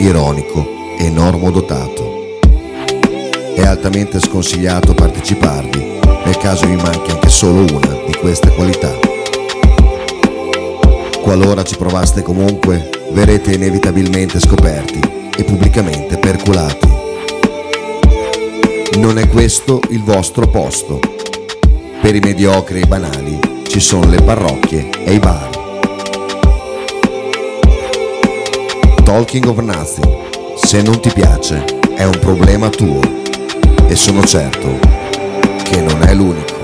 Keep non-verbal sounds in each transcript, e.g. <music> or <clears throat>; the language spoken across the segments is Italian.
ironico e normodotato. È altamente sconsigliato parteciparvi nel caso vi manchi anche solo una di queste qualità. Qualora ci provaste comunque, verrete inevitabilmente scoperti e pubblicamente perculati. Non è questo il vostro posto. Per i mediocri e i banali ci sono le parrocchie e i bar. Talking of Nothing, se non ti piace, è un problema tuo e sono certo che non è l'unico.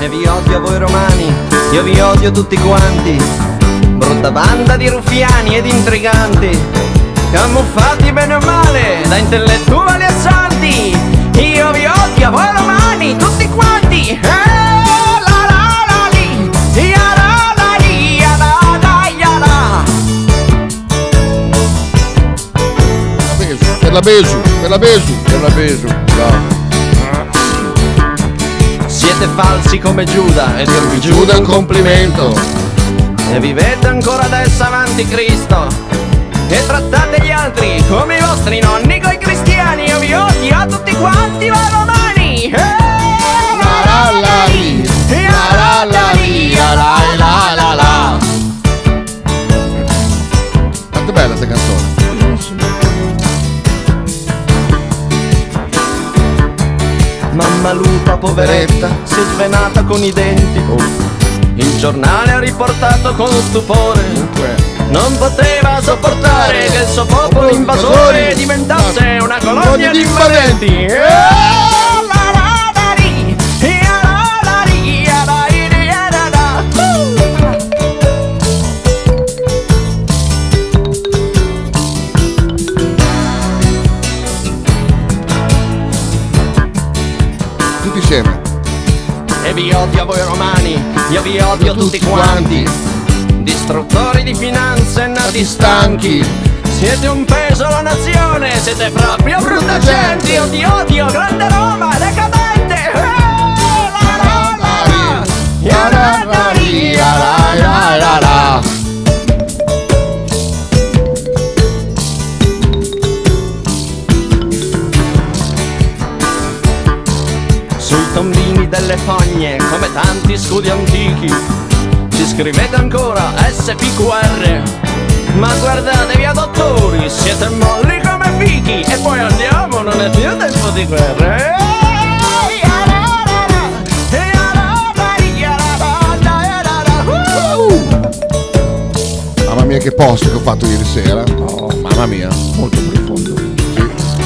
E vi odio a voi romani, io vi odio tutti quanti. Brutta banda di ruffiani ed intriganti, camuffati bene o male da intellettuali assalti. Io vi odio a voi romani, tutti quanti. Eh, la la la li, ia la la li, ia la la ia la. Per la Besu, per la Besu, per la Besu. Siete falsi come Giuda e dirvi Giuda è un complimento. E vivete ancora adesso avanti Cristo E trattate gli altri come i vostri nonni coi cristiani Io vi odio a tutti quanti voi romani Eh, la la la li, eh, la la la li, la la la la la. Quanto è bella sta canzone. Mamma lupa poveretta si è svenata con i denti Il giornale ha riportato con stupore Non poteva sopportare che il suo popolo invasore diventasse una colonia di invadenti. Eh, la la la li, eh, la la li, eh, la li, eh, la la. Tutti insieme. E vi odio a voi romani, io vi odio tutti quanti. Distruttori di finanze nati stanchi. Siete un peso alla nazione, siete proprio brutta gente. Io ti odio, grande Roma, decadente. Eh, la, la, la, la. Ia, la, la, li, ia, la, la, la, la. Sui tombini delle fogne, come tanti scudi antichi, ci scrivete ancora SPQR. Ma guardatevi a dottori, siete molli come fichi e poi andiamo, non è più tempo di guerra. Eh, ia la la la, ia la la li, ia la la la, ia la la. Uh! Mamma mia che posto che ho fatto ieri sera. Oh, mamma mia, molto profondo. Sì.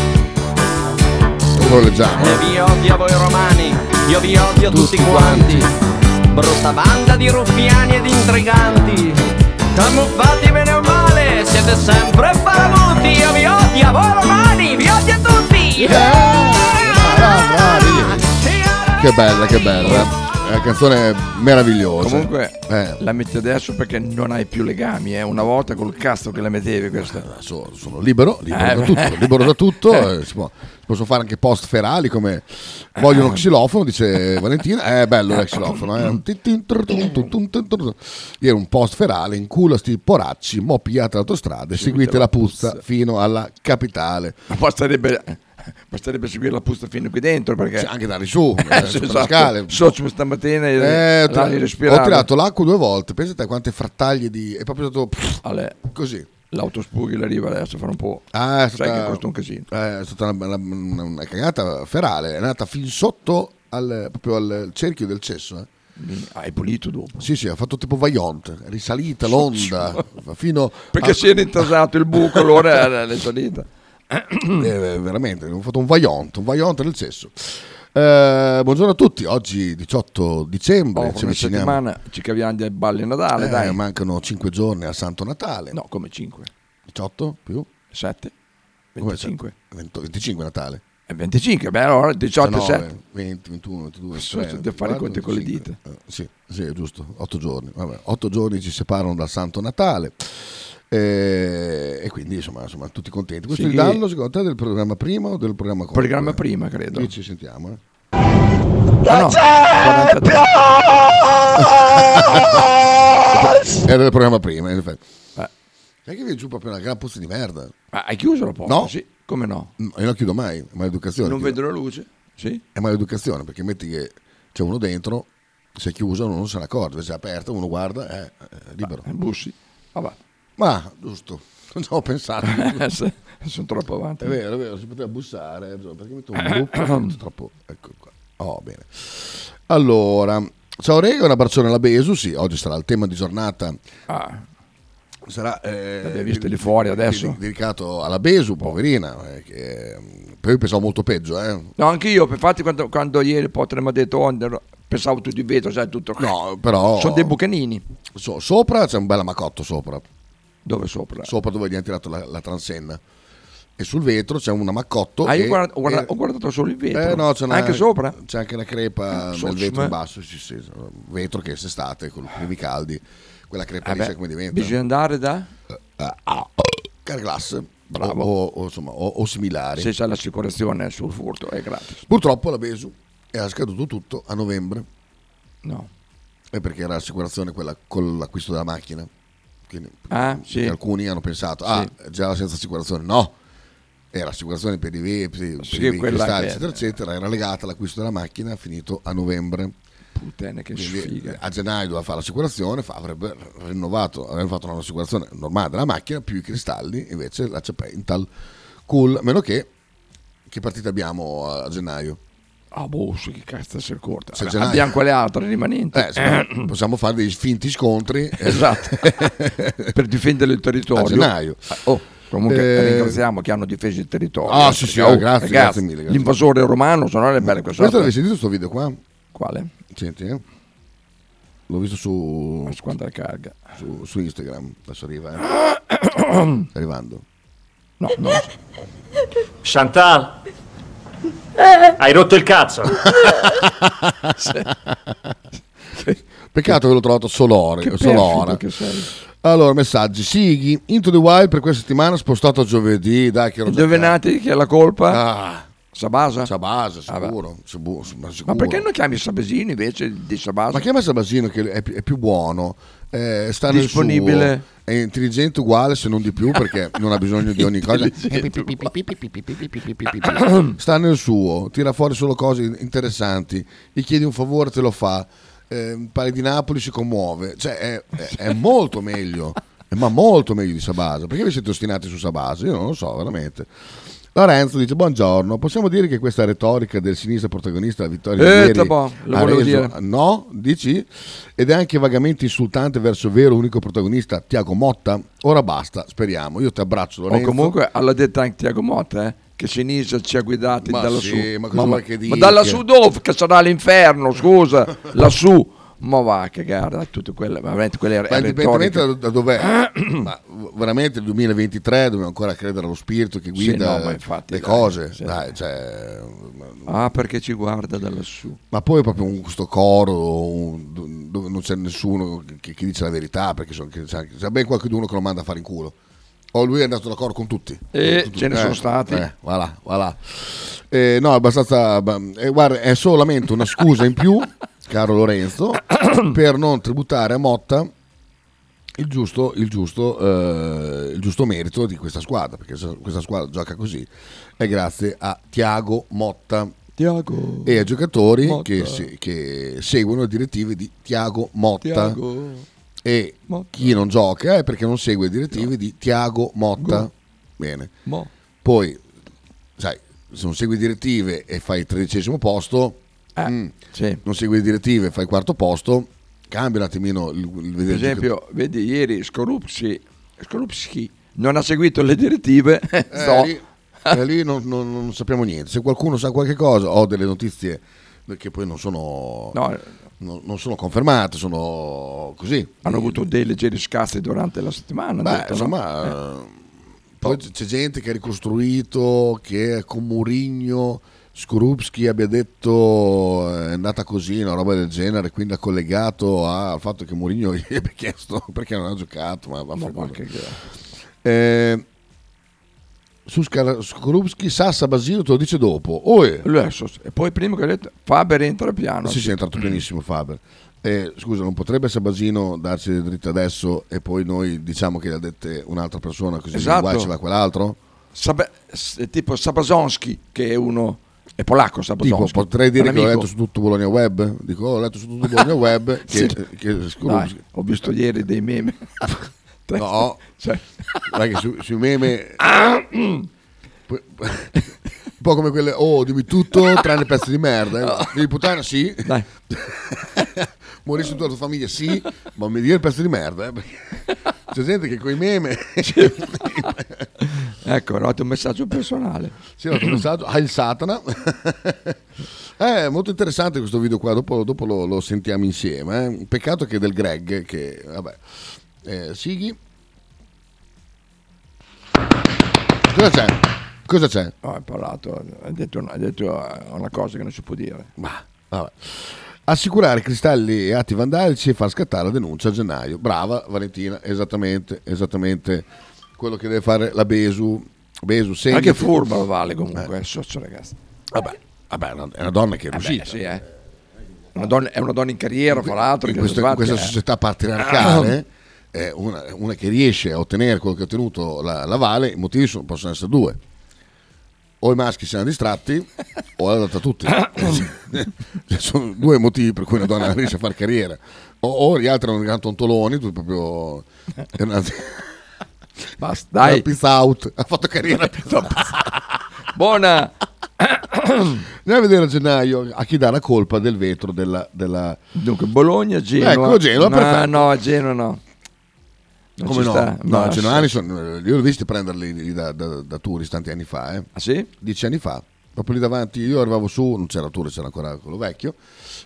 Lo leggiamo. eh? E vi odio a voi romani, io vi odio tutti, quanti. Brutta banda di ruffiani ed intriganti. Camuffati bene o male, siete sempre paraguti. Io vi odio a voi romani, vi odio a tutti. Che bella, che bella. È una canzone meravigliosa. Comunque Eh. la metti adesso perché non hai più legami, eh. una volta col cazzo che la mettevi questa. So- sono libero, libero Eh, da beh. tutto, libero da tutto, eh, si può- si possono fare anche post ferali come vogliono xilofono, dice Valentina, è bello il xilofono, eh. Tin, tin, tru, tru, tru, tru, tru, tru. ieri un post ferale in culo a sti poracci, mo pigliate l'autostrada e seguite la puzza fino alla capitale, <laughs> Basterebbe, basterebbe seguire la pusta fino qui dentro perché... Cioè, anche da <laughs> su, eh, Eh, sì, per le esatto. scale. Socio stamattina Eh, eh, tra- respirare. ho tirato l'acqua due volte, pensate a quante frattaglie di... è proprio stato pff, Ale, così. l'autospughi arriva adesso fra un po'. Ah, è Sai stata- che costa un casino. Eh, È stata una, una- una cagata ferale, è nata fin sotto al, proprio al cerchio del cesso. eh. Mi- Hai pulito dopo. Cioè, Sì, sì, ha fatto tipo Vaillant, è risalita <laughs> l'onda fino Perché a- si era intasato il buco, allora l'hai salita. <coughs> eh, veramente, ho fatto un Vaillant, un Vaillant del cesso. Eh, buongiorno a tutti, oggi 18 dicembre, Oh, ci una avviciniamo. settimana ci caviamo dei balli a Natale, Eh, dai. mancano 5 giorni a Santo Natale. No, come 5, 18 più? 7, Come 25. se- 20 25 Natale. E 25, Eh, beh allora 18 e 19, 7. 20, 21, 22, Sono 23, tutti a fare i conti con le 25. Eh, sì, sì, è giusto, 8 giorni. Vabbè, 8 giorni ci separano dal Santo Natale. Eh, e quindi insomma, insomma, tutti contenti. Questo Sì. è il danno secondo te del programma prima o del programma Programma prima prima, credo. ci sentiamo. eh. Ma no, 43. Era del programma prima, in effetti. Eh, Sai che viene giù proprio una gran puzza di merda. Ma hai chiuso la porta? No. Sì, come no? No, io non chiudo mai, è maleducazione. Non chiudo. vedo la luce? Sì. È maleducazione, perché metti che c'è uno dentro, se è chiuso uno non se ne accorge, invece è aperto, uno guarda, è, è libero. Eh, Bussi. Vabbè. Ma, giusto, non ci ho <laughs> pensato. è Eh, Sono troppo avanti. vero, è vero, si poteva bussare, eh, perché metto un gruppo troppo... Ecco qua. Oh, bene. Allora, ciao Rega, un abbraccione alla Besu, sì, oggi sarà il tema di giornata Ah, sarà eh, L'abbiamo visto lì fuori adesso? ded- dedicato alla Besu, poverina. eh, che, mm, però io pensavo molto peggio, eh. No, anche io, infatti, quando, quando ieri Potter mi ha detto Onder, pensavo tutto di vetro, sai, tutto. <laughs> No, però Sono dei bucanini. so- sopra c'è un bel amacotto sopra, Dove sopra? sopra dove gli hanno tirato la, la transenna. E sul vetro c'è un amacotto. Ah, io e- guarda- ho guarda- e- ho guardato solo il vetro. Eh, no, c'è una- Anche sopra? C'è anche la crepa So- del vetro ma- in basso, sì, sì, sì, vetro che s'estate con i primi caldi, quella crepa lì Vabbè, sai come diventa. Eh, Ah, bisogna andare da... Carglass, Bravo. O, o, insomma, o, o similari. Se c'è l'assicurazione sul furto, è gratis. Purtroppo la Besu era scaduto tutto a novembre, <laughs> No. è perché era l'assicurazione quella con l'acquisto della macchina. Quindi, Ah, perché sì. alcuni hanno pensato, ah, già senza assicurazione, no. Era l'assicurazione per i ve- per i- Sì, per i quella cristalli, che- eccetera, eccetera, era legata all'acquisto della macchina, finito a novembre. Puttane, che Quindi, sfiga. a gennaio doveva fare l'assicurazione, fa- avrebbe rinnovato, avrebbe fatto un'assicurazione normale della macchina più i cristalli, invece la c'è Pental Cool, a meno che che partita abbiamo a gennaio? Ah, boh, su che cazzo si è corta. Se Vabbè, ce l'hai. Abbiamo quelle altre rimanenti. Eh, sì, possiamo fare dei finti scontri eh, <laughs> <laughs> Esatto. per difendere il territorio. a gennaio. Ah, Oh, comunque Eh, ringraziamo che hanno difeso il territorio. Ah, sì, sì, Perché, oh, grazie, grazie mille, grazie. L'invasore romano, sono le belle queste. Questo l'avevi sentito sto video qua? Quale? Senti, eh. L'ho visto su, Ma su Quanta carga? su, su Instagram, adesso arriva. <coughs> eh. Sta arrivando. No, no. Chantal? Hai rotto il cazzo? <laughs> Peccato che l'ho trovato solo ora. Che solo perfido ora. che sei. Allora, messaggi. Sighi, Into the Wild per questa settimana spostato a giovedì. Dai, che ero già Indovinate chi è la colpa? Ah, Sabasa? Sabasa, Ah, va. sicuro. sicuro, ma sicuro. Ma perché non chiami Sabasini invece di Sabasa? Ma chiama Sabasino che è, pi- è più buono, eh, sta nel Disponibile. suo, è intelligente uguale se non di più perché non ha bisogno di ogni <laughs> cosa. <clears throat> sta nel suo, tira fuori solo cose interessanti, gli chiedi un favore, te lo fa, eh, parli di Napoli, si commuove, cioè è, è- è molto meglio, ma molto meglio di Sabasa. Perché vi siete ostinati su Sabasa? Io non lo so veramente. Lorenzo dice buongiorno, possiamo dire che questa retorica del sinistra protagonista della vittoria Eh, di ieri ta boh, lo ha volevo reso- dire. No, dici? Ed è anche vagamente insultante verso il vero unico protagonista, Tiago Motta. Ora basta, speriamo. Io ti abbraccio, O Lorenzo. comunque alla detta anche Tiago Motta, eh, che sinistra ci ha guidati Ma da sì, lassù. ma cosa vuoi che dica? ma da lassù dove? Che sarà l'inferno, <laughs> scusa, lassù. Ma va a cagare, dai, tutte quelle, ma veramente quelle Ma indipendentemente retoriche. da, da dov'è, <clears throat> <clears throat> ma v- veramente il 2023 dobbiamo ancora credere allo spirito che guida no, ma infatti, le dai, cose. sì. Dai, cioè, ma- Ah, perché ci guarda da lassù. ma poi è proprio un, questo coro un- dove non c'è nessuno che, che dice la verità, perché sono, che, c'è, anche- c'è ben qualcuno che lo manda a fare in culo. O lui è andato d'accordo con tutti. E Con tutti. ce ne Eh, sono stati. eh, voilà, voilà. Eh, no, è abbastanza. ba- eh, guarda, è solamente una scusa in più, <laughs> caro Lorenzo, per non tributare a Motta il giusto, il giusto, eh, il giusto merito di questa squadra, perché se- questa squadra gioca così è grazie a Tiago Motta Tiago, e a giocatori Motta. che, se- che seguono le direttive di Tiago Motta Tiago. e Motta. chi non gioca è perché non segue le direttive di Tiago Motta. Go. Bene. Mo. Poi, sai, se non segui direttive e fai il tredicesimo posto, Eh, mm, sì. non segui direttive e fai il quarto posto, cambia un attimino il, il Per vedere il giocatore. esempio, vedi ieri Skorupski, Skorupski non ha seguito le direttive, Eh, <laughs> so. lì, eh, lì non, non- non sappiamo niente. Se qualcuno sa qualche cosa, ho delle notizie che poi non sono, No, non, non sono confermate, sono così. hanno avuto dei leggeri scassi durante la settimana. Beh, hanno detto, no? insomma, eh, poi c- c'è gente che ha ricostruito che con Murigno Skorupski abbia detto eh, è andata così, una roba del genere, quindi ha collegato a- al fatto che Murigno gli abbia chiesto perché non ha giocato. Ma, Ma vaffanculo. va che- Eh, Su Scar- Skorupski, Sassa Basino te lo dice dopo. Oe. Adesso, e poi prima che ho detto Faber entra piano. Mm. Sì, sì, è entrato benissimo Faber. Eh, scusa, non potrebbe Sabasino darci le dritte adesso e poi noi diciamo che le ha dette un'altra persona così Esatto. guai ce l'ha quell'altro? Sab- s- tipo Sabazonski che è uno è polacco Tipo, Sabazonski. potrei dire un che ho amico. letto su tutto Bologna Web? Dico, ho letto su tutto Bologna <laughs> Web che, Sì. che Skorupski- Dai, ho visto ieri dei meme. <laughs> No, Cioè, guarda che su- sui meme... Poi- Un po' come quelle, oh, dimmi tutto tranne pezzi di merda. Eh. Di puttana, sì. <laughs> dai. Morisci tutta la tua famiglia, sì, ma mi dire il pezzo di merda. eh, perché C'è gente che coi meme. <laughs> Ecco, ho dato un messaggio personale. Sì, ho dato un messaggio. Ah, il Satana. È Eh, molto interessante questo video qua, dopo, dopo lo, lo sentiamo insieme. eh. Peccato che è del Greg, che vabbè. Eh, Sighi. Cosa c'è? Cosa c'è? No, hai parlato, hai detto, hai detto eh, una cosa che non si può dire. Ma, vabbè. Assicurare cristalli e atti vandalici e far scattare la denuncia a gennaio. Brava Valentina, esattamente, esattamente quello che deve fare la Besu. Besu, Ma segnati. che furba vale comunque, eh. socio ragazzi. Vabbè, vabbè, è una- è una donna che è Sì, riuscita. sì, eh. Una donna- è una donna in carriera, fra l'altro. in, che questo- in sbatti, questa eh. società patriarcale Ah. eh, una, una che riesce a ottenere quello che ha ottenuto la, la Vale, i motivi sono- possono essere due. O i maschi siano distratti o l'ha data a <coughs> tutti. Cioè, sono due motivi per cui una donna riesce a fare carriera. O, o gli altri hanno regalato un toloni, tu proprio... è una- Basta, una dai. peace out, ha fatto carriera. <laughs> Buona. <coughs> Andiamo a vedere a gennaio a chi dà la colpa del vetro della- della, Dunque, Bologna, Genova. Ecco, Genova, no, perfetto. No, a Genova no. Non Come ci no? sta. no, Ma- i genovani sono, eh, io l'ho visto prenderli lì da, da, da Turis tanti anni fa, eh. Ah sì? dieci anni fa, proprio lì davanti, io arrivavo su, non c'era Turis, c'era ancora quello vecchio,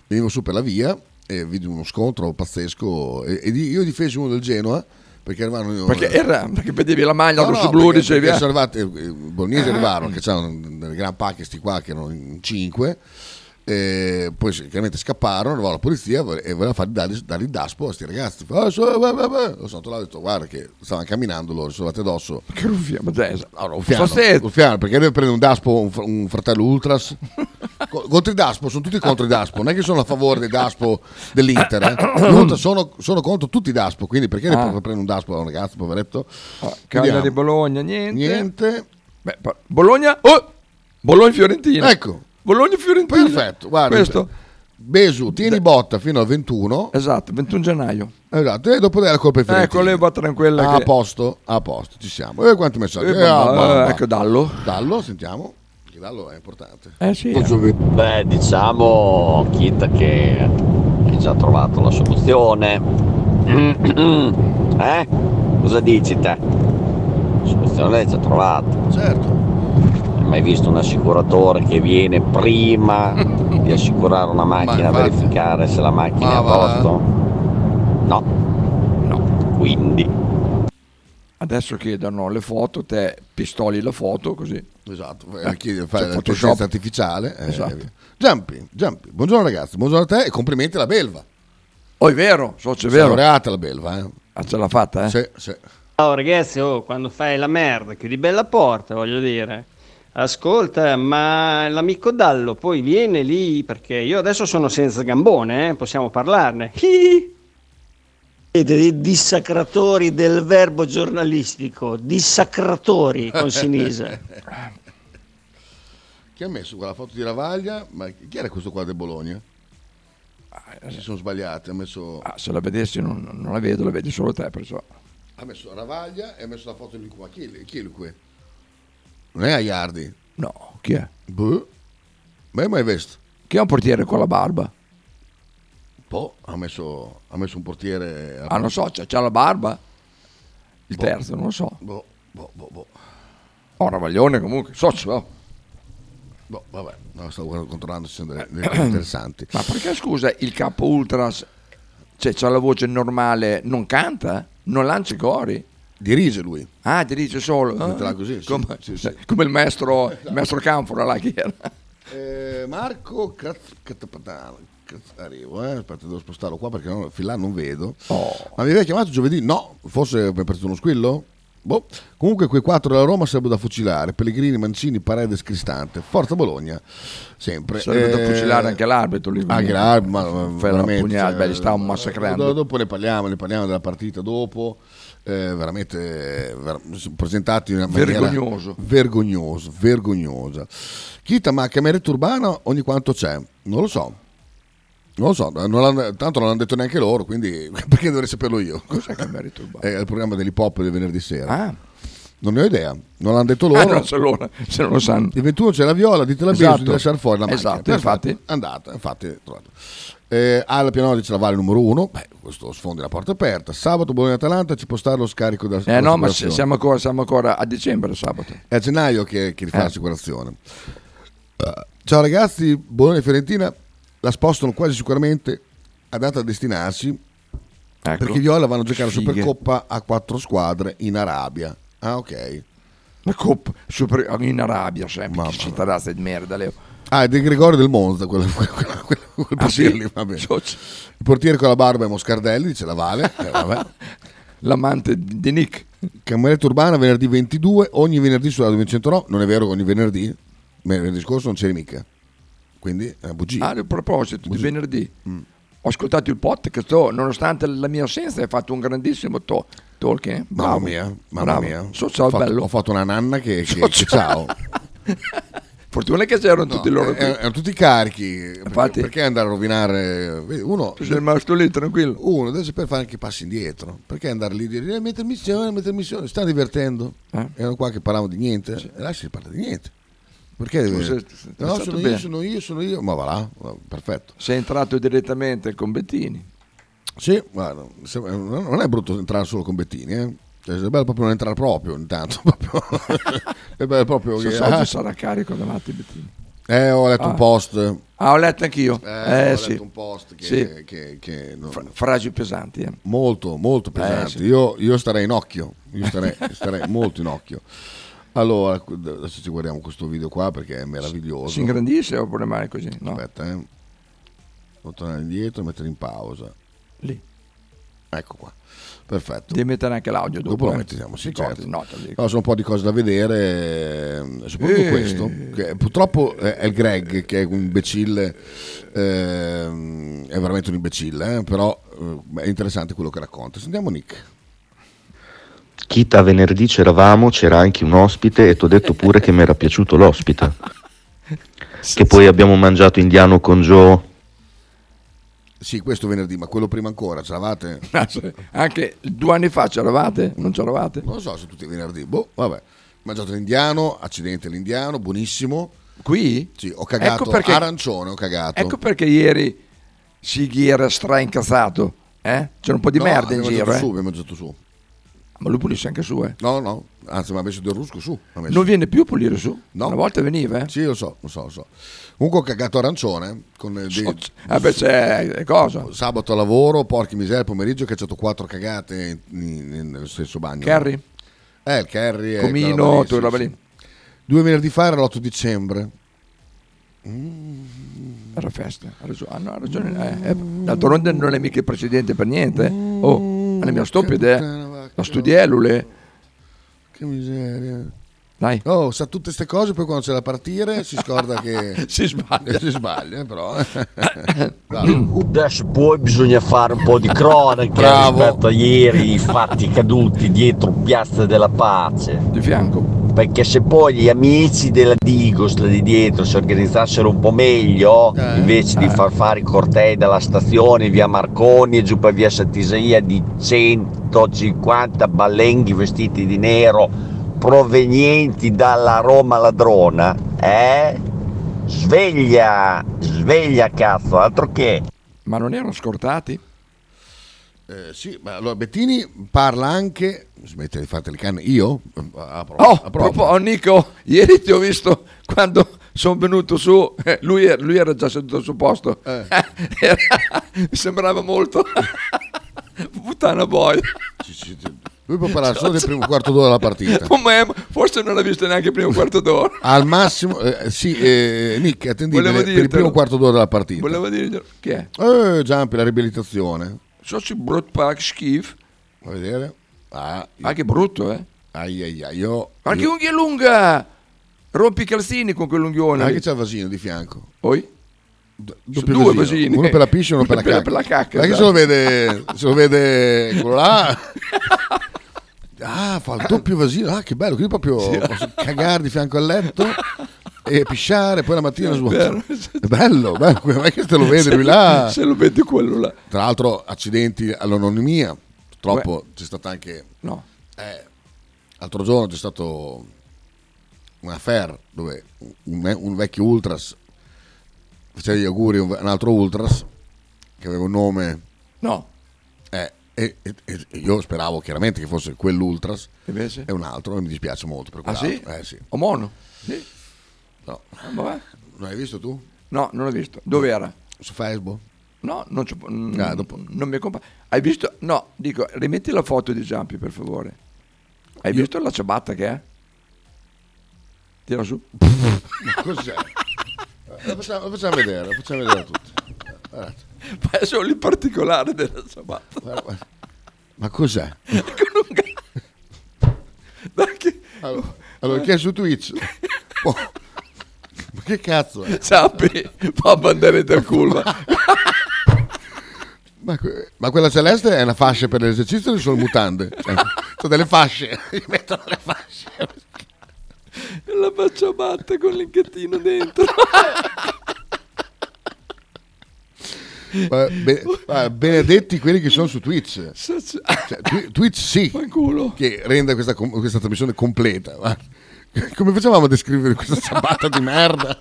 venivo su per la via e vidi uno scontro pazzesco e, e di- io difesi uno del Genoa perché arrivarono... io- Perché, era, perché vedevi la maglia No, no, rosso blu, perché- dicevi Eh. perché ah, sono arrivati, eh, i bolognesi arrivarono che c'erano delle gran pacche sti qua che erano in cinque eh, poi sì, chiaramente scapparono arrivò la polizia vo- e voleva fargli dare, dare il daspo a sti ragazzi Ah, so- beh, beh, beh. lo sono là e ho detto guarda che stavano camminando loro sono andati addosso che ruffia, ma cioè, dai, allora, sto scherzo. Ulfiano, perché deve prendere un daspo un, fr- un fratello <laughs> ultras Co- contro i daspo sono tutti contro i daspo non è che sono a favore dei daspo dell'Inter <coughs> eh. Gli ultras sono, sono contro tutti i daspo quindi perché deve Ah. proprio prendere un daspo a un ragazzo poveretto Ah, Vediamo. Cagliari, Bologna, niente. niente Beh, pa- Bologna, oh! Bologna, Fiorentina. Ecco. Bologna, Fiorentina. Perfetto, guarda. Questo, Besu, tieni botta fino al 21. esatto, 21 gennaio. Esatto, e dopo dai la colpa ai Fiorentini. Ecco, lei va tranquilla. Ah, A che- posto, a posto, ci siamo. E quanti messaggi? Eh, Eh, ah, babà, babà. ecco, dallo. Dallo, sentiamo. Che Dallo è importante. Eh sì. Beh, diciamo, Kit che hai già trovato la soluzione. <clears throat> Eh? Cosa dici te? La soluzione l'hai già trovata. Certo. Hai mai visto un assicuratore che viene prima di assicurare una macchina a infatti. verificare se la macchina Ma è a va. posto? No. Quindi. Adesso chiedono le foto, te pistoli la foto così. Esatto, eh, chiedi, fai la cioè, Photoshop. l'intelligenza artificiale. eh, Esatto. via. Giampi, Giampi, buongiorno ragazzi, buongiorno a te e complimenti alla Belva. Oh, è vero, socio, è Sei vero. laureata la Belva, eh. Ah, ce l'ha fatta, eh? Sì, sì. <laughs> Ciao ragazzi, oh, quando fai la merda chiudi bella porta, voglio dire. Ascolta, ma l'amico Dallo poi viene lì perché io adesso sono senza gambone, eh, possiamo parlarne. <laughs> Siete dei dissacratori del verbo giornalistico, dissacratori con <laughs> Sinisa. <laughs> Chi ha messo quella foto di Ravaglia? Ma chi era questo qua del Bologna? Ah, Si sono sbagliati, ha messo, Ah, se la vedessi non, non la vedo, la vedi solo te, perciò. ha messo Ravaglia e ha messo la foto di lui qua. Chi, è- chi è lui qui? Non è Aiardi. No, chi è? Boh. Ma io mai visto. Chi è un portiere con la barba? Boh, ha messo, ha messo un portiere. a- Ah, non so, c'ha, c'ha la barba? Il terzo, non lo so. Boh, boh, boh, boh. Oh, Ravaglione comunque, socio. oh. Boh, vabbè, no, stavo guard- controllando, ci sono delle, <coughs> delle cose <clears throat> interessanti. Ma perché, scusa, il capo Ultras, cioè, c'ha la voce normale, non canta? eh? Non lancia i cori? Dirige lui. Ah, dirige solo. Ah, Metterà così, sì, come, sì, sì. <laughs> come il maestro, il maestro Canfora, là che era. Eh, Marco Craz- Catapatano. Caz- Arrivo, eh. aspetta, devo spostarlo qua perché no, fin là non vedo. Oh. Ma mi aveva chiamato giovedì? No, forse mi ha preso uno squillo? Boh. Comunque quei quattro della Roma sarebbero da fucilare, Pellegrini, Mancini, Paredes, Cristante, Forza Bologna, sempre. Eh, Sarebbe da fucilare anche l'arbitro lì. Anche l'arbitro, ma- ma Fai la veramente, pugnale, cioè, beh, li stavamo massacrando. do- Dopo ne parliamo, ne parliamo della partita dopo. Eh, veramente eh, ver- presentati in una maniera Vergognoso. vergognoso, vergognosa. Chita, ma cameretta urbana ogni quanto c'è? Non lo so. Non lo so, non l'hanno- tanto non l'hanno detto neanche loro, quindi <laughs> perché dovrei saperlo io? Cos'è che merito il bar? <laughs> È il programma dell'hip hop del venerdì sera. Ah, Non ne ho idea, non l'hanno detto ah, loro. no, se, loro- se non lo sanno. Il 21 c'è la viola, dite la Esatto. Beus di lasciare fuori la macchina. Esatto, Perfetto. infatti. Andata, infatti, trovato. Eh, alla Pianoli c'è la Valle numero 1, beh, questo sfondi la porta aperta. Sabato Bologna-Atalanta ci può stare lo scarico da Eh no, ma se- assicurazione. siamo ancora, siamo ancora a dicembre sabato. È a gennaio che, che rifà Eh. l'assicurazione. Eh, Ciao ragazzi, Bologna-Fiorentina la spostano quasi sicuramente a data a destinarsi Ecco. perché i Viola vanno a giocare la Fighe. Supercoppa a quattro squadre in Arabia. Ah, ok. La Coppa super- in Arabia sempre. Mamma Che cittadazza di merda, Leo. Ah, è De Gregorio del Monza, quella, quella, quella- quel Ah, sì? portiere lì, vabbè. So- c- Il portiere con la barba è Moscardelli, dice la Vale. Eh, vabbè. L'amante di di Nick. Cameretta urbana venerdì 22, ogni venerdì sulla 209. Non è vero che ogni venerdì, venerdì scorso non c'eri mica. Quindi è una bugia. Ah, a proposito, di venerdì Mm. ho ascoltato il podcast, oh, nonostante la mia assenza hai fatto un grandissimo to- talking. eh. mamma Bravo. mia, mamma Bravo. mia. So, ciao, ho, fatto, bello. ho fatto una nanna che, che- che ciao. ciao. <laughs> Fortuna che c'erano tutti No, loro. eh, erano tutti carichi. Perché- Infatti. perché andare a rovinare? Vedi, Uno, Tu sei rimasto lì tranquillo. uno adesso per fare anche passi indietro perché andare lì e dire eh, mettere missione mettere missione sta divertendo Eh? erano qua che parlavano di niente e là si parla di niente perché deve- sei- sei no stato sono io bene. sono io sono io ma va là va- perfetto Sei entrato direttamente con Bettini. sì guarda se- non non è brutto entrare solo con Bettini eh cioè, è bello proprio non entrare proprio intanto <laughs> proprio è bello proprio Se che- so, ah, ci sarà carico davanti Bettini. eh, ho letto un post eh, Ah, ho letto anch'io. Eh, ho sì. letto un post che, Sì. che- che non- Fra- frasi pesanti. eh. molto molto pesante sì. io, io starei in occhio io <laughs> starei, starei molto in occhio allora adesso ci guardiamo questo video qua perché è meraviglioso Si ingrandisce oppure mai così? No. aspetta eh Devo tornare indietro e mettere in pausa Lì. ecco qua perfetto Devi mettere anche l'audio dopo. Dopo lo eh. mettiamo, sì, Ricordi, certo. no, te lo dico. No, sono un po' di cose da vedere, ehm, soprattutto Eh. questo. che purtroppo è è il Greg che è un imbecille, ehm, è veramente un imbecille, eh, però eh, è interessante quello che racconta. Sentiamo Nick. Chita venerdì c'eravamo, c'era anche un ospite e ti ho detto pure che mi era piaciuto l'ospite. Che poi abbiamo mangiato indiano con Joe. Sì, questo venerdì, ma quello prima ancora, c'eravate? <laughs> Ah, sì. Anche due anni fa c'eravate? Non c'eravate? Non lo so se tutti i venerdì, boh, vabbè. Mangiato l'indiano, accidente l'indiano, buonissimo. Qui? Sì, ho cagato, Ecco perché- arancione ho cagato. Ecco perché ieri Sighi era straincazzato. Eh? C'era un po' di No, merda in abbiamo mangiato giro. eh. su, abbiamo mangiato su. Ma lui pulisce anche su. Eh? No, no, anzi mi ha messo del rusco su. mi ha messo. Non viene più a pulire su. No. Una volta veniva. Eh? Sì, lo so, lo so, lo so. Comunque ho cagato arancione con eh, dei- So- Ah, beh, c'è eh, cosa? sabato a lavoro, porchi miseria, pomeriggio ho cacciato quattro cagate in- in- nello stesso bagno. Carry? Eh, il Kerry. e quella roba Comino, lì, tu sì, roba sì. lì. Due venerdì fa era l'8 dicembre. Era festa, ha ragione. ah, no, ha ragione. eh, eh, Mm. d'altronde non è mica il presidente per niente. eh. Oh, è la mia stupida, puttana, va, eh. la studielule. Che miseria. Dai, Oh, sa tutte queste cose, poi quando c'è da partire si <laughs> scorda che... si <laughs> sbaglia. si sbaglia, però. eh. <coughs> <laughs> Adesso poi bisogna fare un po' di cronaca Bravo. rispetto a ieri, i fatti caduti dietro Piazza della Pace. Di fianco. Perché se poi gli amici della Digos là di dietro si organizzassero un po' meglio, Eh, invece di far fare i cortei dalla stazione via Marconi e giù per via Sattisania di 150 ballenghi vestiti di nero provenienti dalla Roma ladrona, eh? Sveglia, sveglia cazzo, altro che. Ma non erano scortati? Eh, sì, ma allora Bettini parla anche... Smette di farti le canne io? A prova, Oh, a prova. proprio, oh, Nico, ieri ti ho visto quando sono venuto su. eh, Lui, era- lui era già seduto al suo posto. Eh. <laughs> Era- mi sembrava molto. <laughs> Puttana boia. Sì, sì, sì. Lui può parlare solo del primo quarto d'ora della partita. <laughs> Oh, ma- Forse non l'ha visto neanche il primo quarto d'ora. Al massimo, eh, sì, eh, Nick, attendibile Volevo per il dirtelo. primo quarto d'ora della partita. Volevo dirglielo. Che è? Eh, Giampi, la riabilitazione. Soci brutto pack schif. Vuoi vedere? Ah, io- Ah, che brutto, eh? Ai ai ai, io... Ma che unghia lunga! Rompi i calzini con quell'unghione. Anche c'è il vasino di fianco. Poi? Doppio vasino. due vasini. Uno per la piscia e uno per la cacca. Per la cacca. Perché se esatto. lo <laughs> vede, se lo vede quello là... Ah, fa il doppio vasino, ah che bello, quindi proprio posso cagare di fianco al letto e pisciare, poi la mattina su. vero. È bello, bello, ma è che se lo vede lui là. Se lo vede quello là. Tra l'altro accidenti all'anonimia, purtroppo c'è stata anche... No. Eh, l'altro giorno c'è stato un affair dove un, un vecchio Ultras faceva gli auguri a un, un altro Ultras che aveva un nome... No. eh, e, e- e io speravo chiaramente che fosse quell'Ultras Invece? è un altro e mi dispiace molto per Ah quell'altro. sì? Eh, sì. O mono? Sì. No. Ah, vabbè. Non l'hai visto tu? No, non l'ho visto. Dove era? Su Facebook? No, non, ci può- mm, Ah, dopo. non mi compare. Hai visto? No, dico, rimetti la foto di Giampi per favore. Hai visto la ciabatta che è? <laughs> Tira su. Ma cos'è? Eh, Lo facciamo, lo facciamo vedere, lo facciamo vedere a tutti. Guardate, Ma è solo il particolare della ciabatta. guarda, guarda. Ma cos'è? Dai che- Allora, allora, chi è su Twitch? Oh, ma che cazzo è? Giampi fa bandere del culo. Ma, que- ma quella celeste è una fascia per l'esercizio o sono mutande? Ecco, sono delle fasce. <laughs> Gli mettono le fasce. <laughs> la faccio batte con l'incattino <laughs> dentro. Ma eh, be- ma benedetti quelli che sono su Twitch. Fa Cioè, Twi- Twitch sì, in culo. che renda questa, com- questa trasmissione completa. guarda. Come facevamo a descrivere questa sabata di merda?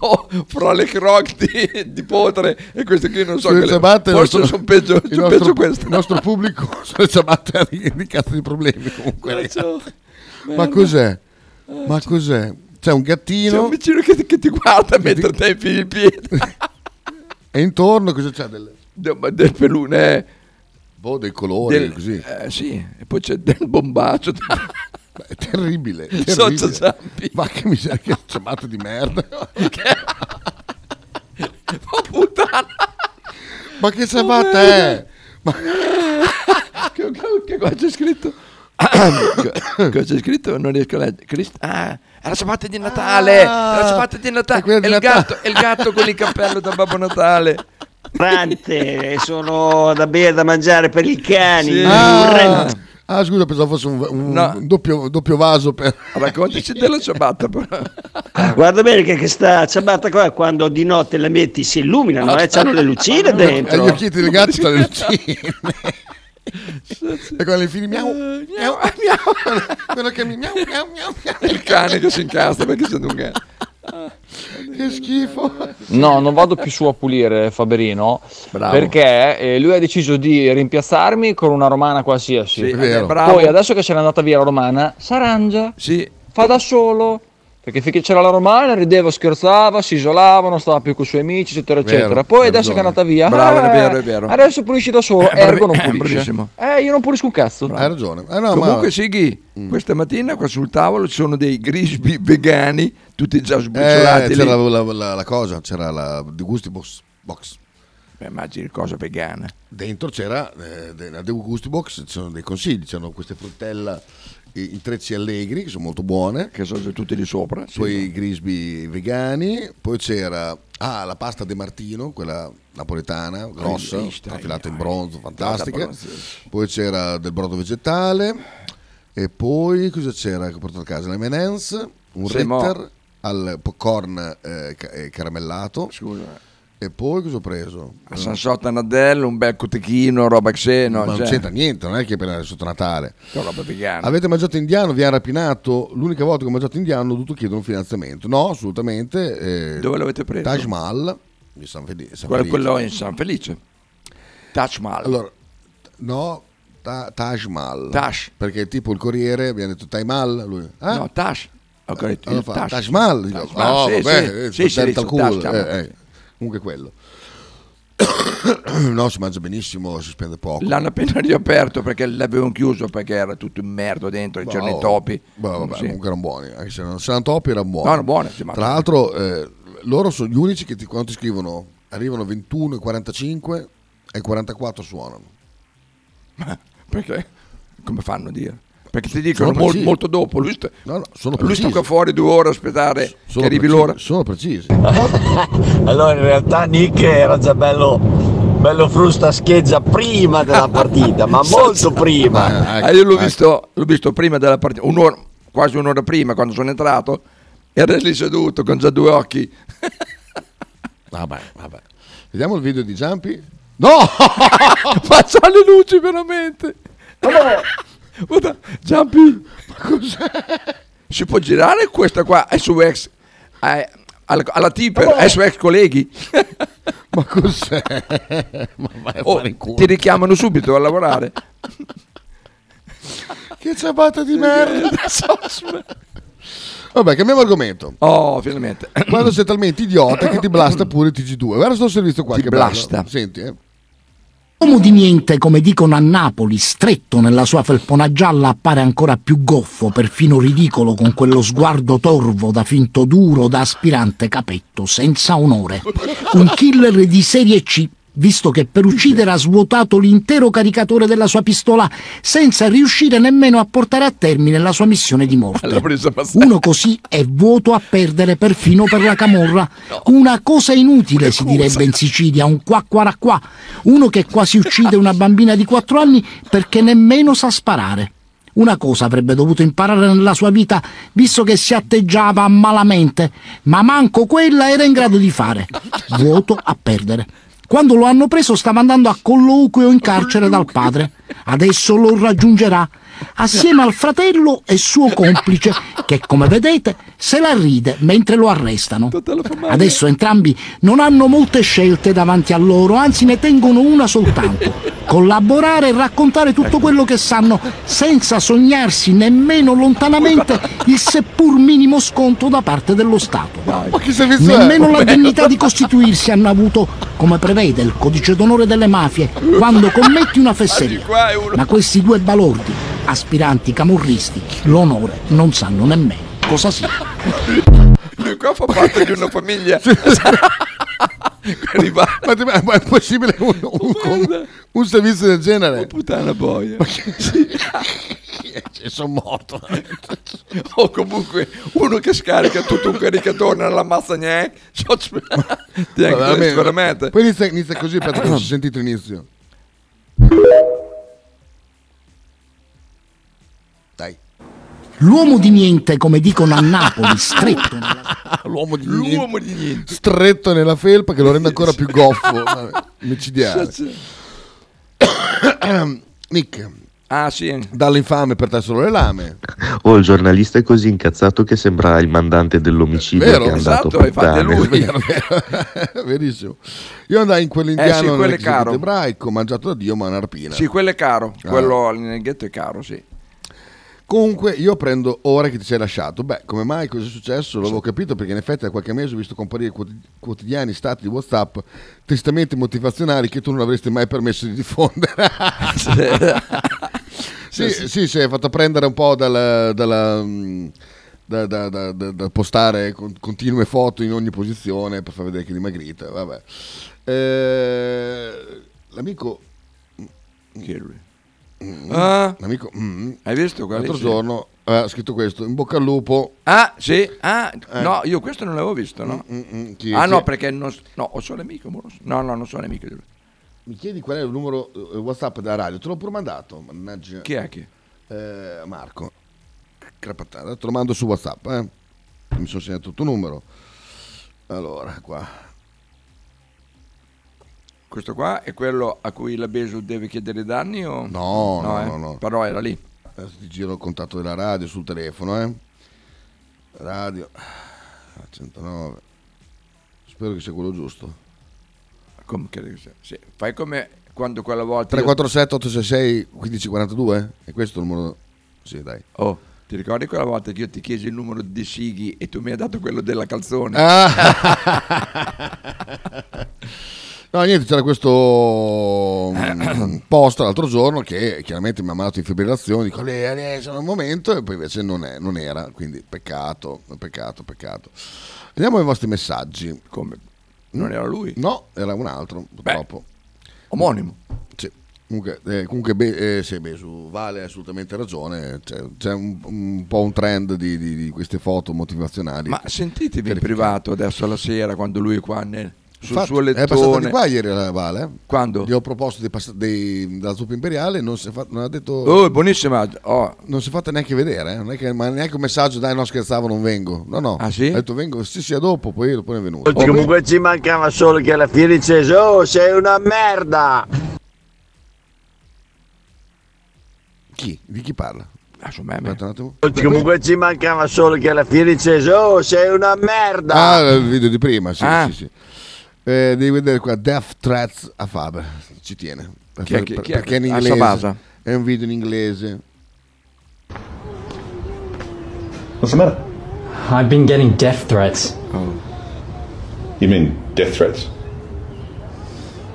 Oh, fra le croc di, di potre e queste qui non so Sulle che le- ciabatte il forse nostro- sono peggio, il sono nostro- peggio queste. Il nostro pubblico <laughs> sulle ciabatte ha di, di cazzo di problemi Ah, comunque. Faccio- Ma cos'è? Ah, Ma cos'è? C'è un Eh, C'è gattino un vicino Cioè, che, che ti guarda mentre te infili il <laughs> piede. e intorno cosa c'è? Del, De- ma Del pelune. boh, dei colori, Del, così. eh, sì, e poi c'è <laughs> del bombacio. Ma È terribile. Sono terribile. zampi. Ma che miseria, che ciabatte di merda. Oh puttana! Ma che eh? ciabatta è? Che, che- che cosa c'è scritto? <coughs> cosa c'è scritto? Non riesco a leggere. Crist- ah, è la ciabatta di Natale! Ah, è la ciabatta di Natale! è quella È, di il Natale. gatto, è il gatto con il cappello da Babbo Natale! Prante, sono da bere, da mangiare per i cani. Sì. Ah, ah, scusa, pensavo fosse un, un- No. un doppio, doppio vaso per... Ah, Raccontaci della ciabatta, però. Ah, Guarda bene che questa ciabatta qua quando di notte la metti si illuminano, eh, c'hanno le Ah, lucine E eh, gli dentro. occhietti del gatto stanno <laughs> vicini. e quando li fini miau, Eh, miau, miau. Quello che mi miau, miau, miau, miau. Il cane che si incastra perché se non è. Ah, Che schifo. No, non vado più su a pulire Faberino Bravo. perché eh, lui ha deciso di rimpiazzarmi con una romana qualsiasi. Sì, vero. eh, bravo. Poi adesso che c'era andata via la romana, s'arrangia, Sì, fa da solo. Perché finché c'era la romana rideva, scherzava, si isolava, non stava più con i suoi amici, eccetera, Vero, eccetera. Poi hai adesso che è ragione. andata via, Bravo, è eh, vero, è vero. adesso pulisci da solo, Eh, ergo bravi- non eh, pulisce. bravissimo. Eh, io non pulisco un cazzo. Hai ragione. Eh, no, Comunque, ma- Mm. Sighi, questa mattina qua sul tavolo ci sono dei grisby vegani, tutti già Eh, sbriciolati. lì. c'era la, la- la- la cosa, c'era la De Gusti Box. box. Beh, immagini cosa vegana. Dentro c'era eh, de- la De Gusti Box, ci sono dei consigli, c'erano queste fruttella i- in trecci allegri che sono molto buone, Che sono tutti lì sopra. poi i grisby vegani, poi c'era ah, la pasta De Martino, quella napoletana, grossa, Ai, ai, affilata ai, in bronzo, ai, fantastica, affilata in bronzo. poi c'era del brodo vegetale e poi cosa c'era che ho portato a casa? La M&M's, un Sì, mo. Ritter al popcorn eh, ca- eh, caramellato Scusa. e poi cosa ho preso? Mm. A San Sotanadello, un bel cotechino, roba xeno. Ma non cioè, c'entra niente, non è che è appena sotto Natale. c'è roba vegana. Avete mangiato indiano, vi ha rapinato? L'unica volta che ho mangiato indiano ho dovuto chiedere un finanziamento. No, assolutamente. eh, Dove l'avete preso? Taj Mahal di San Felice. San Quello, Felice. quello in San Felice. Touch Mahal. Allora, t- no, ta- Taj Mahal. Taj. Perché tipo il corriere abbiamo detto Taj Mahal, lui. Ah, No, Tash. Ho detto allora il fa, Taj. Taj Mahal. Dico, Taj Mahal, no, sì, vabbè, sì. eh, Sì, sì, delta al sì, culo, Taj Mahal. eh, eh. Comunque quello. <coughs> no, si mangia benissimo, si spende poco. L'hanno appena riaperto perché l'avevano chiuso perché era tutto in merda dentro, Boh, c'erano i topi. boh, vabbè, Sì. comunque erano buoni. Anche se non se erano topi, erano buoni. No, erano buoni, sì, ma- Tra l'altro, eh, loro sono gli unici che ti- quando ti scrivono arrivano 21 e 45 e 44 suonano. Perché? Come fanno a dire? Perché ti dicono Sono mol- precisi. molto dopo. Lui, sta, sono lui sta precisi. qua fuori due ore a aspettare Sono che arrivi precisi, l'ora. Sono precisi. <laughs> Allora in realtà Nick era già bello, bello frusta scheggia prima della partita, <laughs> ma molto prima. ecco, Ah, io l'ho visto, l'ho visto prima della partita, un'ora- quasi un'ora prima quando sono entrato, era lì seduto con già due occhi. Vabbè, vabbè. Vediamo il video di Giampi. <laughs> No! Ma c'ha le luci veramente! <laughs> Guarda, Giampi! Ma cos'è? Si può girare questa qua ai suoi ex ai- alla, alla tipper, ai suoi ex colleghi. Ma cos'è? Ma vai a Oh, fare in culo. ti richiamano subito a lavorare. Che ciabatta di <laughs> merda! Vabbè, cambiamo argomento. Oh, finalmente. Quando sei talmente idiota che ti blasta pure il TG2. Guarda sto servizio qua Ti che bello. blasta. Senti, eh. Uomo di niente, come dicono a Napoli, stretto nella sua felpona gialla, appare ancora più goffo, perfino ridicolo, con quello sguardo torvo da finto duro, da aspirante capetto, senza onore. Un killer di serie C, visto che per uccidere ha svuotato l'intero caricatore della sua pistola, senza riuscire nemmeno a portare a termine la sua missione di morte. L'ha presa abbastanza. Uno così è vuoto a perdere perfino per la camorra. Una cosa inutile, si direbbe in Sicilia, un qua qua qua. Uno che quasi uccide una bambina di 4 anni perché nemmeno sa sparare. Una cosa avrebbe dovuto imparare nella sua vita, visto che si atteggiava malamente, ma manco quella era in grado di fare. Vuoto a perdere. Quando lo hanno preso stava andando a colloquio in carcere dal padre. Adesso lo raggiungerà assieme al fratello e suo complice che come vedete se la ride mentre lo arrestano. Adesso entrambi non hanno molte scelte davanti a loro, anzi ne tengono una soltanto. Collaborare e raccontare tutto quello che sanno senza sognarsi nemmeno lontanamente il seppur minimo sconto da parte dello Stato. Ma che servizio è? Nemmeno la Vabbè. <laughs> dignità di costituirsi hanno avuto, come prevede il codice d'onore delle mafie, quando commetti una fesseria. Ma questi due balordi, aspiranti camorristi, l'onore non sanno nemmeno cosa sia. Lui qua fa <laughs> parte di una famiglia. <laughs> Ma, ti- ma è possibile un, un- un- un servizio del genere? Oh, puttana boia. sono <laughs> morto. o Oh, comunque uno che scarica tutto un caricatore nella mazza neanche. <laughs> So- Tieni, questo veramente. Poi inizia, inizia così, aspetta, che <coughs> non si è sentito l'inizio. L'uomo di niente, come dicono a Napoli, stretto <laughs> L'uomo di niente. Stretto nella felpa che lo rende ancora più <laughs> goffo. Vabbè, Micidiale. <coughs> Nick. Ah, sì. Dall'infame per te solo le lame. Oh, il giornalista è così incazzato che sembra il mandante dell'omicidio Vero, che è andato esatto, a infatti è puttane. <laughs> lui. <laughs> Verissimo. Io andai in Eh, sì, quell'indiano quello è nel caro. ebraico ebraico, mangiato da Dio, ma una rapina. Sì, quello è caro. Ah. Quello nel ghetto è caro, sì. Comunque, io prendo ora che ti sei lasciato. Beh, come mai? Cosa è successo? L'avevo capito perché in effetti da qualche mese ho visto comparire quotidi- quotidiani stati di WhatsApp, testamenti motivazionali che tu non avresti mai permesso di <laughs> diffondere. sì, sì, si è fatto prendere un po' dalla. dalla, mm, da, da- da- da- da postare con- continue foto in ogni posizione per far vedere che è dimagrita. Vabbè. Eh, l'amico Chi è lui? Mm, Ah. un amico, mm, Hai visto qua? L'altro Sì. giorno eh, ha scritto questo, in bocca al lupo. Ah, sì. Ah, Eh. no, io questo non l'avevo visto, no? Mm, mm, mm, chi- ah, chi- no, perché non... s- No, o sono amico, mo lo so. No, no, non sono amico di lui. Mi chiedi qual è il numero eh, WhatsApp della radio? Te l'ho pure mandato, mannaggia. Chi è che? Eh, Marco. Crapattata, te lo mando su WhatsApp, eh. Mi sono segnato il tuo numero. Allora, qua. Questo qua è quello a cui la Besu deve chiedere i danni o... No, no, no, eh? no, Però era lì. Adesso ti giro il contatto della radio sul telefono, eh. Radio 109. Spero che sia quello giusto. Come credo che sia? Sì, fai come quando quella volta... io- 347 866 1542? eh? È questo il numero? Sì, dai. Oh, ti ricordi quella volta che io ti chiesi il numero di Sighi e tu mi hai dato quello della calzone? <laughs> Ah. No, niente, c'era questo <coughs> mm, post l'altro giorno che chiaramente mi ha mandato in fibrillazione, dico "Ale, Ale, sono un momento e poi invece non, è- non era, quindi peccato, peccato, peccato. Andiamo ai vostri messaggi. Come? Non era lui? No, era un altro, purtroppo. Omonimo. Sì. Comunque, eh, comunque Be- eh, sì, Besu vale assolutamente ragione. C'è, c'è un, un po' un trend di, di- di queste foto motivazionali. Ma sentitevi in privato adesso alla sera quando lui è qua nel, sul Infatti, eh, suo lettone. È passata di qua ieri la Vale. eh. Quando? Gli ho proposto dei passa- dei- della zuppa imperiale, non, si è fa- non ha detto... Oh, è buonissima. Oh. Non si è fatta neanche vedere, eh. non è che, ma neanche un messaggio, dai no scherzavo, non vengo. No, no. Ah, sì? Ha detto vengo, sì sì, a dopo, poi, poi è venuto. Comunque ci mancava solo che alla fine dicesse Oh sei una merda Chi? Di chi parla? Ah, Aspetta un attimo. Comunque ci mancava solo che alla fine dicesse Oh sei una merda Ah, il video di prima, sì, Ah. sì, sì. Eh, devi vedere qua, Death Threats a Faber, ci tiene. Chi è- chi- Per- chi è- perché è in a inglese. Sabasa? È un video in inglese. What's the matter? I've been getting death threats. Oh. You mean death threats?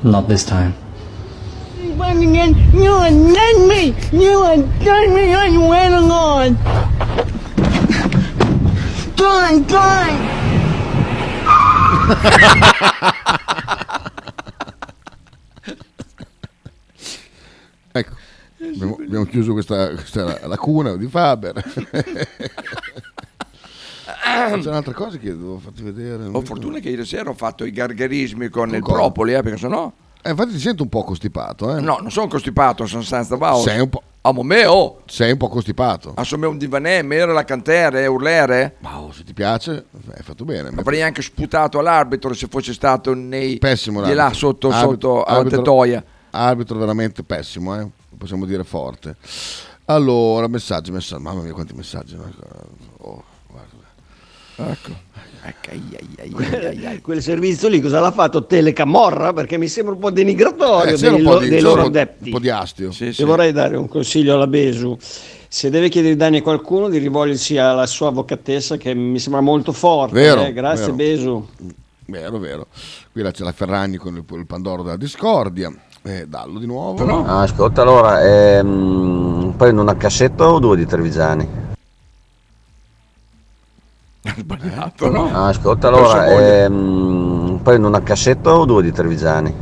Not this time. But again, you undone me! You undone me on Lord! Gone, gone! Ecco, abbiamo, abbiamo chiuso questa, questa lacuna di Faber. <laughs> C'è un'altra cosa che devo farti vedere. Ehm. Ho fortuna che ieri sera ho fatto i gargarismi con, il cosa? propoli, eh, perché sennò. Eh, infatti ti sento un po' costipato, eh? No, non sono costipato, sono senza bau. Sei un po'... Amo me, oh! Sei un po' costipato. Assommi un divanè, mero la cantere, eh, urlere. Ma se ti piace, hai fatto bene. Avrei anche sputato all'arbitro se fosse stato nei. Pessimo di là l'arbitro. sotto, Arbitro- sotto alla arbitro- tettoia. Arbitro veramente pessimo, eh? possiamo dire forte. Allora, messaggi, messaggi. Mamma mia, quanti messaggi. no? Oh, guarda. Eh, Ecco. Quel, quel servizio lì cosa l'ha fatto Telecamorra? Perché mi sembra un po' denigratorio Eh, c'era dei, un po' lo- di- dei c'era loro un po' di- adepti. un po' di astio. Se vorrei dare un consiglio alla Besu, se deve chiedere danni a qualcuno, di rivolgersi alla sua avvocatessa che mi sembra molto forte. Vero, eh. Grazie vero. Besu. Vero, vero. Qui là c'è la Ferragni con il, il Pandoro della discordia. Eh, dallo di nuovo. Ah, Ascolta allora ehm, prendo una cassetta o due di Trevigiani Sbagliato, no? Ah, Ascolta Non allora so voglia. ehm, prendo una cassetta o due di Trevigiani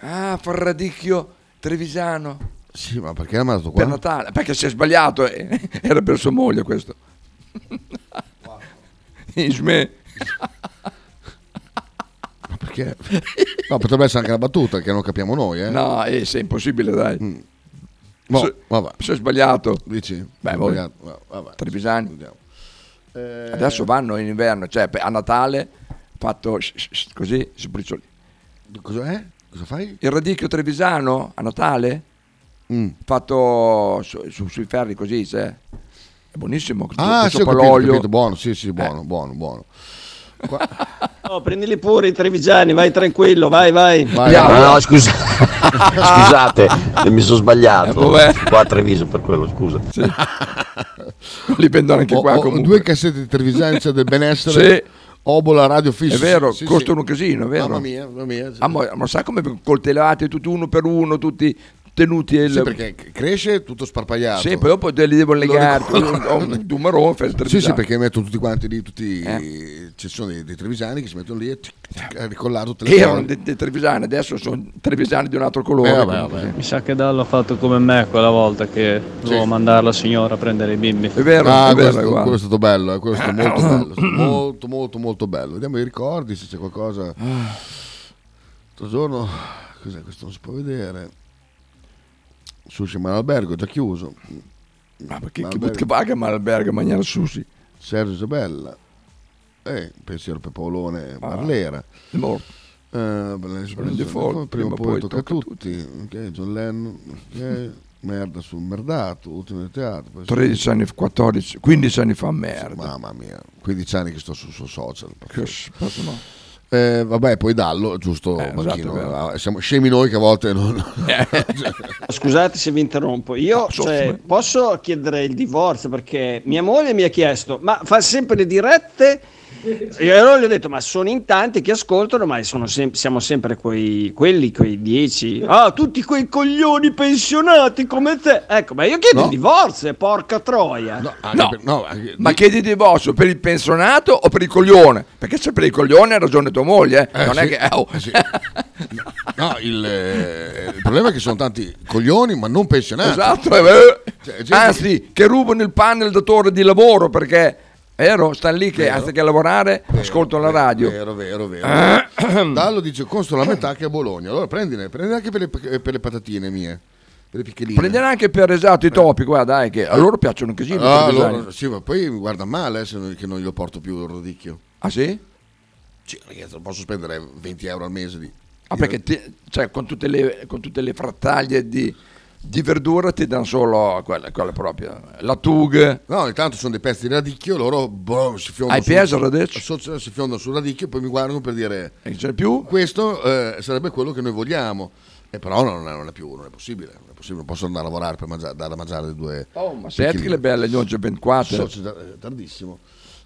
Ah, Farradicchio Trevisano. Sì, ma perché l'ha mandato qua? Per Natale, perché si è sbagliato, eh. <laughs> era per sua moglie questo. Isme. Ma perché? No, potrebbe essere anche una battuta che non capiamo noi, eh. Mm. No, eh, se è impossibile, dai. Boh, Se- vabbè. se è sbagliato. Dici? Beh, Ho voi. sbagliato. Va- vabbè. Trevisani. Eh, Adesso vanno in inverno, cioè per- a Natale fatto sh- sh- sh- così si bricioli. Cos'è? Cosa fai? Il radicchio trevisano a Natale Mm. fatto su- su- sui ferri così, se- è buonissimo. con Ah, tutto sì, ho capito, l'olio. Eh. capito, buono, sì, sì, buono, buono, buono. No, prendili pure i trevigiani, vai tranquillo, vai, vai. Ah, <laughs> no scusa scusate mi sono Eh, sbagliato vabbè. qua a Treviso per quello scusa <laughs> Eh, Li vendo anche Ho- qua ho comunque. Due cassette di Trevisan, c'è del benessere. <laughs> Sì. Obola radio fisso. È vero, Sì, sì. costano un casino, è vero? Mamma mia, mamma mia. Ah, ma, ma sai come coltellate tutti uno per uno, tutti tenuti il... Sì, perché c- cresce tutto sparpagliato. Sì, poi dopo te li devono Lo legare, ricordo. ho <laughs> un numero, fai il Sì, sì, trevisano. perché mettono tutti quanti lì, tutti Eh. ci sono dei, dei trevisani che si mettono lì e tic, tic, a ricollare eh, tutte le Erano cose. dei, dei trevisani, adesso sono trevisani di un altro colore. Eh, vabbè, comunque. Mi sa che Dallo ha fatto come me quella volta che dovevo mandare la signora a prendere i bimbi. È ah, questo, quello è stato bello, eh, quello è stato molto <clears throat> bello, <coughs> stato molto molto molto bello. Vediamo i ricordi se c'è qualcosa. L'altro giorno, cos'è questo? Non si può vedere. Sushi Malalbergo, già chiuso. Ma perché chi che paga Malalbergo a mangiare sushi? Sergio Isabella. Eh, pensiero per Paolone Marlera. Ah, è morto. Eh, beh, prima, Prende forte, prima o poi tocca a tutti. Ok, John Lennon. ok. merda sul merdato, ultimo del teatro. poi- 13 anni, 14, 15 anni fa, merda. Mamma mia, 15 anni che sto sul suo social. Che spazio, no. Eh, vabbè, poi Dallo, giusto, esatto, Eh, Bacchino, è vero. ah, siamo scemi noi che a volte non... <laughs> Scusate se vi interrompo, io cioè, posso chiedere il divorzio perché mia moglie mi ha chiesto, ma fa sempre le dirette? E allora gli ho detto, ma sono in tanti che ascoltano, ma sono sem- siamo sempre quei, quelli, quei dieci. Ah, tutti quei coglioni pensionati come te. Ecco, ma io chiedo il divorzio, porca troia. No, ah, ma chiedi divorzio per il pensionato o per il coglione? Perché se per il coglione ha ragione tua moglie, eh. Eh, non sì, è che... oh. No, il, eh, il problema è che sono tanti coglioni, ma non pensionati. Esatto, eh, Cioè, gente- anzi, che rubano il pane al datore di lavoro perché vero, stanno lì che anziché lavorare ascoltano la radio. Vero, vero, vero. <coughs> Dallo dice costo la metà che a Bologna. Allora prendine, prendine anche per le, per le patatine mie, per le piccheline. Prendere anche per esatto i topi, guarda, dai, che a loro piacciono così. Eh. Ah, allora, sì, ma poi mi guarda male eh, se non, che non glielo porto più il rodicchio. Ah sì? Sì, ragazzi, non posso spendere 20 euro al mese di... Ah, perché ti- cioè, con, tutte le, con tutte le frattaglie di, di verdura ti danno solo quella, quella propria. La tug. No, intanto sono dei pezzi di radicchio, loro boh, si fiondano Hai preso il radicchio? so- si fiondano sul radicchio e poi mi guardano per dire... E Eh, c'è più? Questo eh, sarebbe quello che noi vogliamo. E però non è, non è più, non è possibile. Non è possibile, non posso andare a lavorare per mangiare, dare da mangiare le due... Oh, ma senti che le belle, non c'è ben quattro. So, c'è da- è tardissimo.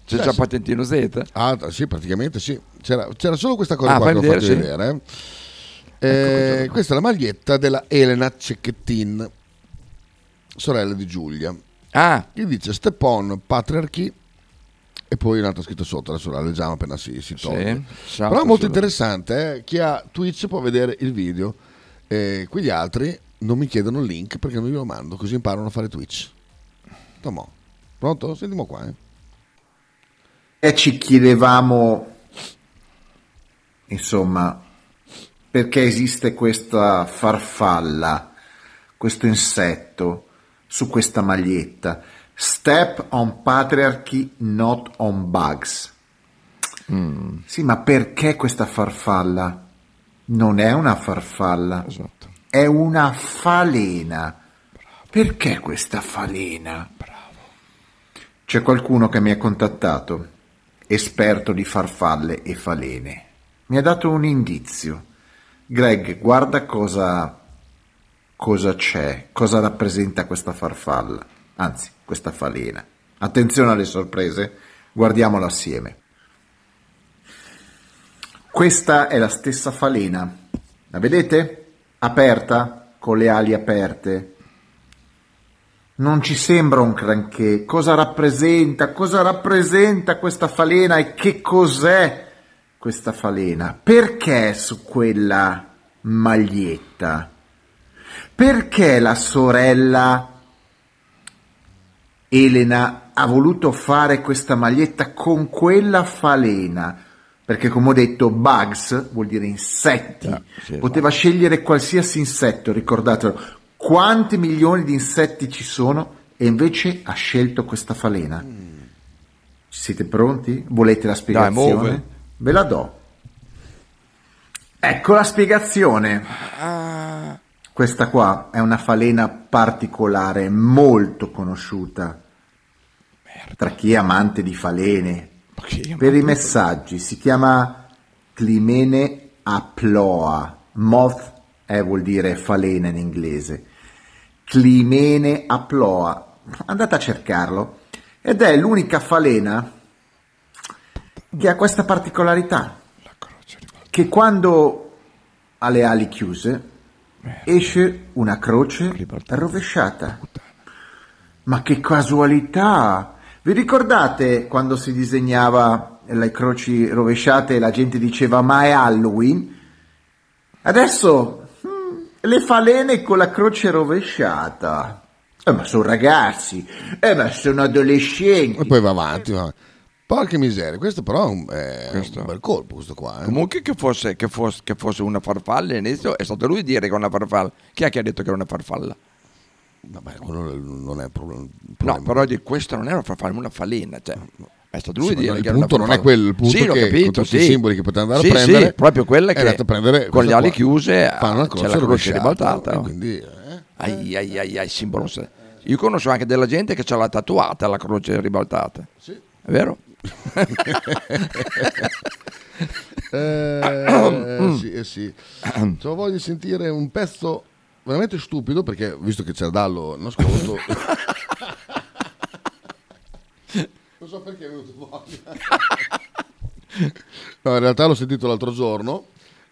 C'è Cioè, già sì. patentino Z. Ah, t- sì, praticamente sì. C'era, c'era solo questa cosa Ah, qua che fai ho vedere, fatto sì. vedere. eh. Eh, questa è la maglietta della Elena Cecchettin, sorella di Giulia. Ah. Che dice Step on Patriarchy e poi un'altra scritta sotto, adesso la leggiamo appena si, si toglie. salta Però è molto sulla- interessante, eh. chi ha Twitch può vedere il video, eh, quegli altri non mi chiedono il link perché non glielo mando, così imparano a fare Twitch. Tomò, pronto? Sentiamo qua. eh. E ci chiedevamo, insomma, perché esiste questa farfalla, questo insetto su questa maglietta. Step on patriarchy, not on bugs. Sì, ma perché questa farfalla? Non è una farfalla, è una falena. Perché questa falena? C'è qualcuno che mi ha contattato, esperto di farfalle e falene. Mi ha dato un indizio. Greg, guarda cosa, cosa c'è, cosa rappresenta questa farfalla, anzi questa falena. Attenzione alle sorprese, guardiamolo assieme. Questa è la stessa falena. La vedete? Aperta, con le ali aperte, non ci sembra un granché. Cosa rappresenta? Cosa rappresenta questa falena e che cos'è questa falena? Perché è su quella maglietta? Perché la sorella Elena ha voluto fare questa maglietta con quella falena? Perché come ho detto, bugs vuol dire insetti. Poteva scegliere qualsiasi insetto, ricordatelo. Quanti milioni di insetti ci sono e invece ha scelto questa falena. Siete pronti? Volete la spiegazione? muove. Ve la do. Ecco la spiegazione. Questa qua è una falena particolare, molto conosciuta tra chi è amante di falene. Per i messaggi si chiama Climene aploa. Moth eh, vuol dire falena in inglese. Climene aploa. Andate a cercarlo. Ed è l'unica falena che ha questa particolarità. Che quando ha le ali chiuse esce una croce rovesciata. Ma che casualità! Vi ricordate quando si disegnava le croci rovesciate e la gente diceva ma è Halloween? Adesso mm, le falene con la croce rovesciata. Eh, ma sono ragazzi, eh, ma sono adolescenti. E poi va avanti. va avanti. Porca miseria, questo però è un, è un bel colpo, questo qua. eh. Comunque che fosse, che, fosse, che fosse una farfalla all'inizio è stato lui a dire che è una farfalla. Chi è che ha detto che era una farfalla? Vabbè, quello non è un problema. No, però di questa non era una farfalla, ma una falena. Cioè, è stato lui Sì, a dire ma il che era una punto non è farfalla. quello, il punto sì, l'ho che con capito, tutti i sì. simboli che poteva andare a Sì, prendere, Sì, proprio quella è che andato a prendere con le questa ali qua. chiuse Fa una eh, croce c'è la croce rovesciata, ribaltata. e quindi, eh? Ai ai ai ai, simbolo. Io conosco anche della gente che ce l'ha tatuata la croce ribaltata. È vero? Eh, sì, eh sì. Cioè, voglio di sentire un pezzo veramente stupido perché visto che c'è Dallo non <laughs> ascolto. non so perché è venuto voglia. No, in realtà l'ho sentito l'altro giorno.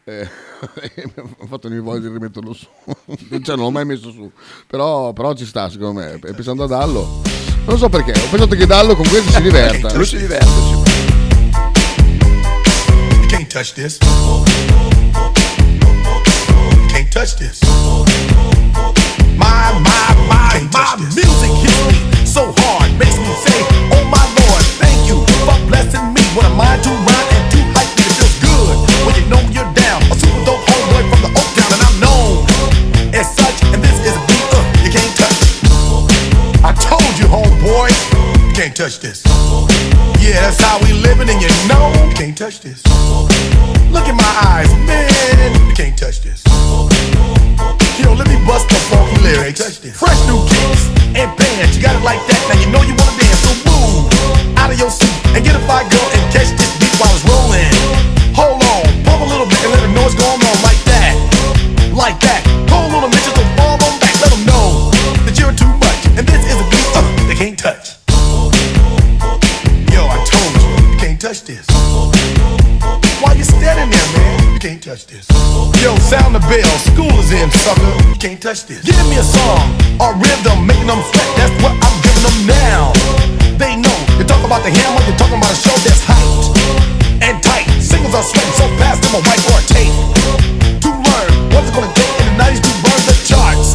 eh, <laughs> e mi ha fatto venire voglia di rimetterlo su. <laughs> cioè, non l'ho mai messo su. Però, però ci sta, secondo me. E pensando a Dallo. Non so perché, ho pensato che Dallo con <laughs> questo si diverta. Lui si diverte. You can't touch this. You "Oh, uh, touch this. Yeah, that's how we living, and you know you can't touch this. Look in my eyes, man, you can't touch this. Yo, let me bust the funky lyrics. Fresh new kicks and bands, you got it like that. Now you know you wanna dance, so move out of your seat and get a fire girl and catch this beat while it's rolling. Hold on, pump a little bit and let them know what's going on like that, like that. Hold little bitches and fall on back, let them know that you're too much and this is a beat uh, they can't touch. Yo, I told you, you can't touch this. Why you standing there, man? You can't touch this. Yo, sound the bell, school is in, sucker. You can't touch this. Give me a song, a rhythm, making them sweat. That's what I'm giving them now. They know you're talking about the hammer, you're talking about a show that's hyped and tight. Singles are sweating so fast, them a white or a tape. To learn what's it gonna take in the 90s to burn the charts.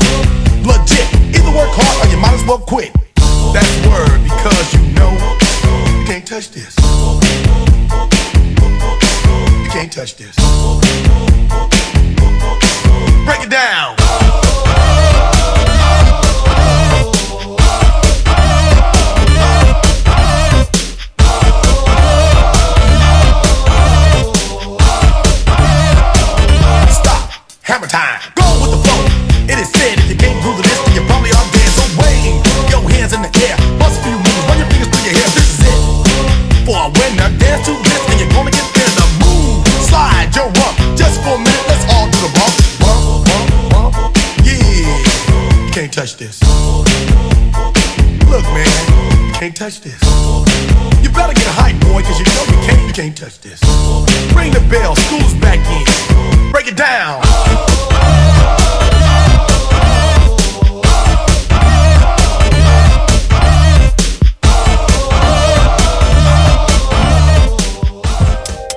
Legit, either work hard or you might as well quit. That's word because you know you can't touch this. You can't touch this. Break it down. Stop. Hammer time. Go with the flow. It is said if you can't groove to this, then you probably are dead. So wave your hands in the air. Bust a few moves. Run your fingers through your hair. This is it. For a winner, dance to this, and you're gonna get there. The move. Slide your rump. Just for a minute, let's all do the bump. Bump, bump, bump. Yeah. You can't touch this. Look, man. You can't touch this. You better get hype, boy, cause you know you can't, you can't touch this. Ring the bell, school's back in. Break it down.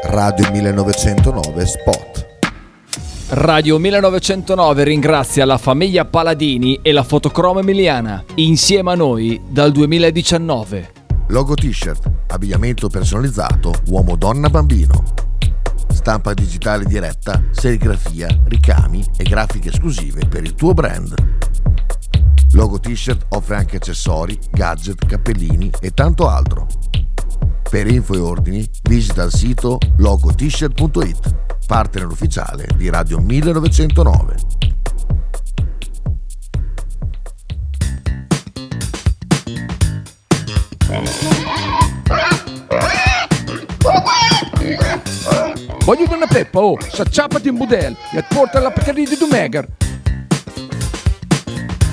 Radio 1909 Spot. Radio 1909 ringrazia la famiglia Paladini e la fotocromo emiliana, insieme a noi dal 2019. Logo t-shirt, abbigliamento personalizzato, uomo, donna, bambino. Stampa digitale diretta, serigrafia, ricami e grafiche esclusive per il tuo brand. Logo t-shirt offre anche accessori, gadget, cappellini e tanto altro. Per info e ordini visita il sito logotshirt.it, partner ufficiale di Radio 1909. Voglio una peppa, oh, s'acciappati in budel e porta la Pcaridi di Dumegar.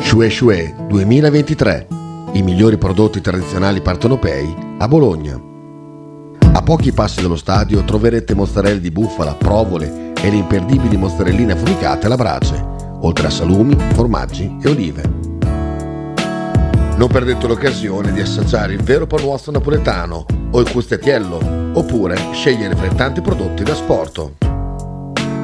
Shue Shue 2023, i migliori prodotti tradizionali partenopei a Bologna. A pochi passi dallo stadio troverete mozzarella di bufala, provole e le imperdibili mozzarelline affumicate alla brace, oltre a salumi, formaggi e olive. Non perdete l'occasione di assaggiare il vero panuozzo napoletano o il custettiello, oppure scegliere fra i tanti prodotti da sporto.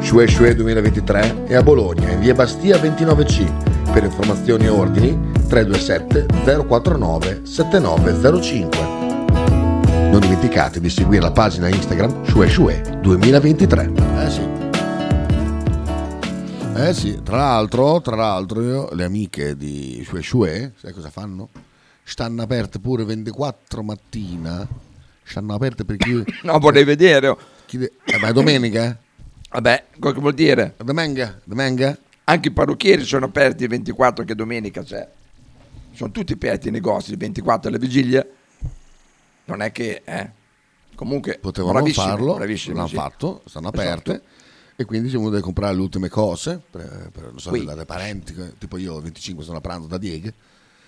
Shue Shue 2023 è a Bologna, in via Bastia 29C. Per informazioni e ordini 327 049 7905. Non dimenticate di seguire la pagina Instagram Shue Shue 2023. Eh sì. Eh sì, tra l'altro, tra l'altro io- le amiche di Shue Shue, sai cosa fanno? Stanno aperte pure 24 <laughs> mattina. Stanno aperte per chi... No, vorrei vedere. chi de- eh, ma è domenica? Vabbè, cosa che vuol dire? The manga, the manga. Anche i parrucchieri sono aperti il 24 che domenica c'è. Sono tutti aperti i negozi il 24 alla vigilia. Non è che... Eh. Comunque... Potevano bravissimi, farlo, bravissimi, l'hanno sì. fatto, stanno Esatto. aperte. E quindi siamo dovuti comprare le ultime cose per, per non so, Qui. dare ai parenti. eh, Tipo io il 25 sono a pranzo da Diego.